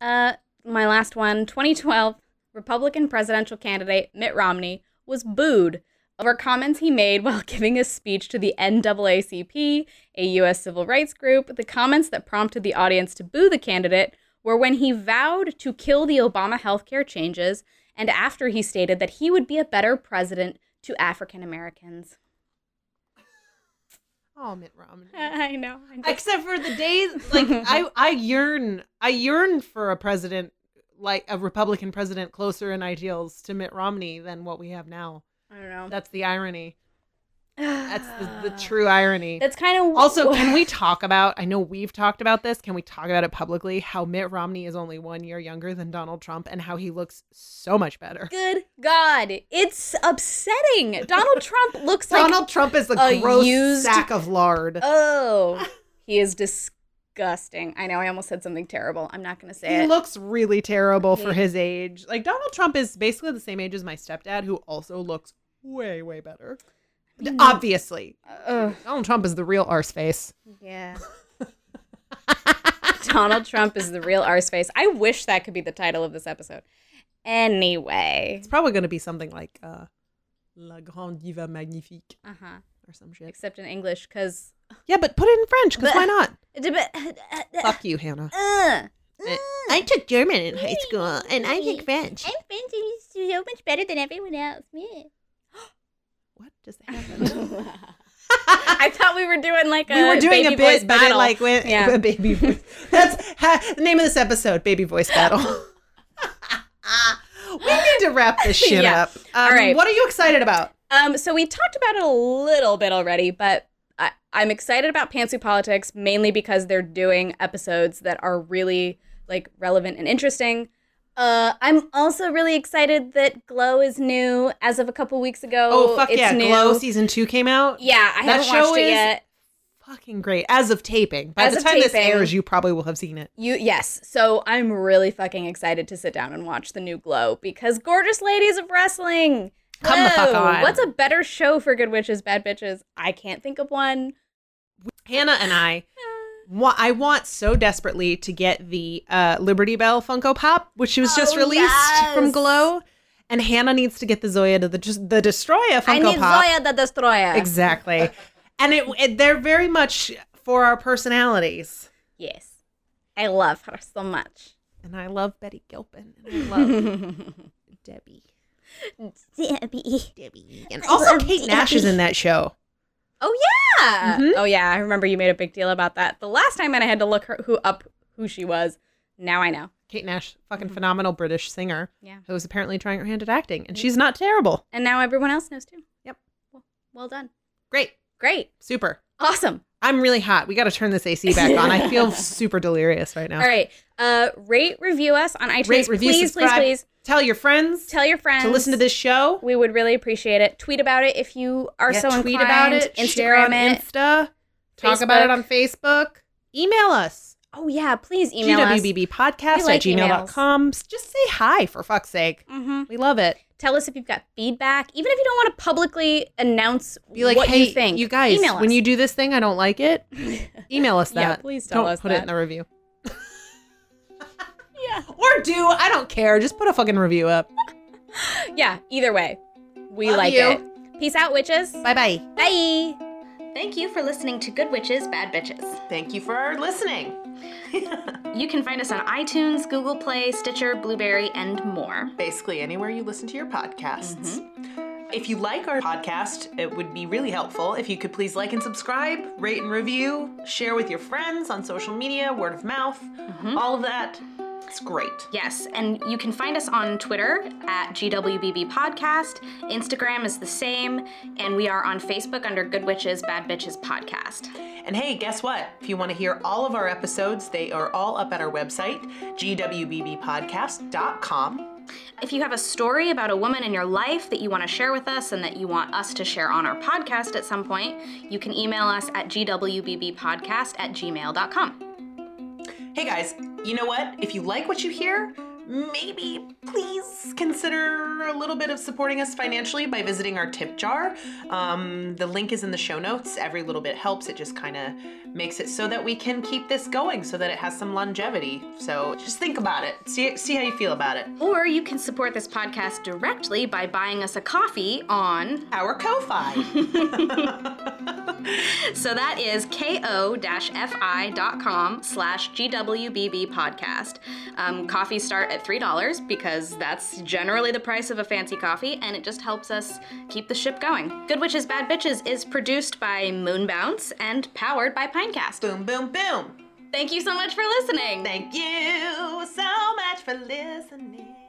Speaker 1: Uh, my last one 2012 Republican presidential candidate Mitt Romney was booed over comments he made while giving a speech to the NAACP, a U.S. civil rights group. The comments that prompted the audience to boo the candidate were when he vowed to kill the Obama healthcare changes and after he stated that he would be a better president to African Americans.
Speaker 2: Oh, Mitt Romney.
Speaker 1: I know. I'm just-
Speaker 2: Except for the days, like I, I yearn, I yearn for a president, like a Republican president, closer in ideals to Mitt Romney than what we have now.
Speaker 1: I don't know.
Speaker 2: That's the irony. That's the, the true irony.
Speaker 1: That's kind of
Speaker 2: Also, can we talk about? I know we've talked about this. Can we talk about it publicly? How Mitt Romney is only one year younger than Donald Trump, and how he looks so much better.
Speaker 1: Good God, it's upsetting. Donald Trump looks like
Speaker 2: Donald Trump is a,
Speaker 1: a
Speaker 2: gross
Speaker 1: used-
Speaker 2: sack of lard.
Speaker 1: oh, he is disgusting. I know I almost said something terrible. I'm not gonna say
Speaker 2: he
Speaker 1: it.
Speaker 2: looks really terrible for
Speaker 1: Yeah.
Speaker 2: his age. Like Donald Trump is basically the same age as my stepdad, who also looks way way better.
Speaker 1: Mm-hmm.
Speaker 2: Obviously,
Speaker 1: Mm. Ugh,
Speaker 2: Donald Trump is the real arse face.
Speaker 1: yeah. Donald Trump is the real arseface. I wish that could be the title of this episode. Anyway.
Speaker 2: It's probably going to be something like uh, La Grande Diva Magnifique
Speaker 1: Uh huh.
Speaker 2: or some shit.
Speaker 1: Except in English, because.
Speaker 2: Yeah, but put it in French because why not?
Speaker 4: I'm
Speaker 2: Fuck you, Hannah.
Speaker 7: I took German in high school, and I took French.
Speaker 4: friends is so much better than everyone else. Yeah.
Speaker 2: What just happened?
Speaker 1: I thought we were doing like a.
Speaker 2: we were doing
Speaker 1: baby
Speaker 2: a bit,
Speaker 1: voice
Speaker 2: but it
Speaker 1: battle.
Speaker 2: like went
Speaker 1: Yeah.
Speaker 2: baby voice. That's ha- the name of this episode: baby voice battle. we need to wrap this shit
Speaker 1: Yeah.
Speaker 2: up. Um,
Speaker 1: All right.
Speaker 2: What are you excited about?
Speaker 1: Um, so we talked about it a little bit already, but I, I'm excited about Pantsuit Politics mainly because they're doing episodes that are really like relevant and interesting. Uh, I'm also really excited that Glow is new as of a couple weeks ago.
Speaker 2: Oh, fuck
Speaker 1: it's
Speaker 2: yeah!
Speaker 1: New.
Speaker 2: Glow season two came out.
Speaker 1: Yeah, I
Speaker 2: That
Speaker 1: haven't
Speaker 2: show
Speaker 1: watched it
Speaker 2: is-
Speaker 1: yet.
Speaker 2: Fucking great. As of taping, by
Speaker 1: As
Speaker 2: the
Speaker 1: of
Speaker 2: time this
Speaker 1: taping.
Speaker 2: airs, you probably will have seen it.
Speaker 1: You yes, so I'm really fucking excited to sit down and watch the new Glow because gorgeous ladies of wrestling.
Speaker 2: Come the fuck
Speaker 1: Whoa,
Speaker 2: on.
Speaker 1: What's a better show for good witches, bad bitches? I can't think of one.
Speaker 2: Hannah and I. wa- I want so desperately to get the uh, Liberty Bell Funko Pop, which was just
Speaker 4: Oh,
Speaker 2: released from
Speaker 4: yes.
Speaker 2: Glow, and Hannah needs to get the Zoya to the just the Destroyer Funko
Speaker 1: I need
Speaker 2: Pop.
Speaker 1: Zoya the Destroyer.
Speaker 2: Exactly, and it, it they're very much for our personalities.
Speaker 1: Yes. I love her so much.
Speaker 2: And I love Betty Gilpin, and I love Debbie,
Speaker 4: Debbie.
Speaker 2: Debbie, and also Kate Nash is in that show.
Speaker 1: Oh yeah.
Speaker 2: Mhm.
Speaker 1: Oh yeah, I remember you made a big deal about that. The last time and I had to look her who up who she was. Now I know.
Speaker 2: Kate Nash, fucking phenomenal British singer,
Speaker 1: Yeah.
Speaker 2: who is apparently trying her hand at acting, and she's not terrible.
Speaker 1: And now everyone else knows too.
Speaker 2: Yep.
Speaker 1: Well, well done.
Speaker 2: Great,
Speaker 1: Great.
Speaker 2: super.
Speaker 1: Awesome.
Speaker 2: I'm really hot. We got to turn this AC back on. I feel super delirious right now.
Speaker 1: All right. Uh rate, review us on iTunes.
Speaker 2: Rate, review,
Speaker 1: please, please,
Speaker 2: subscribe.
Speaker 1: please
Speaker 2: Tell your friends
Speaker 1: tell your friends
Speaker 2: to listen to this show.
Speaker 1: We would really appreciate it. Tweet about it if you are
Speaker 2: Yeah,
Speaker 1: so inclined.
Speaker 2: tweet about it. share on
Speaker 1: Instagram it.
Speaker 2: Insta. Talk about it
Speaker 1: Facebook.
Speaker 2: on Facebook. Email us.
Speaker 1: oh yeah, please email us. We
Speaker 2: GWBBpodcast
Speaker 1: like
Speaker 2: at gmail.com. Just say hi for fuck's sake.
Speaker 1: Mm-hmm.
Speaker 2: We love it.
Speaker 1: Tell us if you've got feedback, even if you don't want to publicly announce
Speaker 2: Be like,
Speaker 1: what
Speaker 2: hey,
Speaker 1: you think.
Speaker 2: guys,
Speaker 1: email us.
Speaker 2: when you do this thing, I don't like it. Email us that.
Speaker 1: Yeah, please tell
Speaker 2: don't
Speaker 1: us
Speaker 2: put it
Speaker 1: that.
Speaker 2: in the review. yeah. Or do. I don't care. Just put a fucking review up.
Speaker 1: yeah, either way, we
Speaker 2: Love
Speaker 1: like
Speaker 2: you.
Speaker 1: it. Peace out, witches.
Speaker 2: Bye bye.
Speaker 1: Bye.
Speaker 6: Thank you for listening to Good Witches, Bad Bitches.
Speaker 2: Thank you for listening.
Speaker 6: You can find us on iTunes, Google Play, Stitcher, Blueberry, and more.
Speaker 8: basically anywhere you listen to your podcasts. If you like our podcast, it would be really helpful if you could please like and subscribe, rate and review, share with your friends on social media, word of mouth, all of that. It's great.
Speaker 6: Yes, and you can find us on Twitter at GWBB Podcast. Instagram is the same, and we are on Facebook under Good Witches, Bad Bitches Podcast.
Speaker 8: And hey, guess what? If you want to hear all of our episodes, they are all up at our website, gwbbpodcast.com.
Speaker 6: If you have a story about a woman in your life that you want to share with us and that you want us to share on our podcast at some point, you can email us at gwbbpodcast at gmail.com.
Speaker 8: Hey guys, you know what? If you like what you hear, maybe please consider a little bit of supporting us financially by visiting our tip jar. Um, the link is in the show notes. Every little bit helps. It just kind of makes it so that we can keep this going so that it has some longevity. So just think about it. See, see how you feel about it.
Speaker 6: Or you can support this podcast directly by buying us a coffee on,
Speaker 8: Our Ko-Fi.
Speaker 6: so that is ko-fi.com slash gwbb podcast. Um, coffees start at $3 because that's generally the price of a fancy coffee and it just helps us keep the ship going. Good Witches Bad Bitches is produced by Moonbounce and powered by Pinecast.
Speaker 8: boom, boom, boom.
Speaker 6: Thank you so much for listening.
Speaker 8: Thank you so much for listening.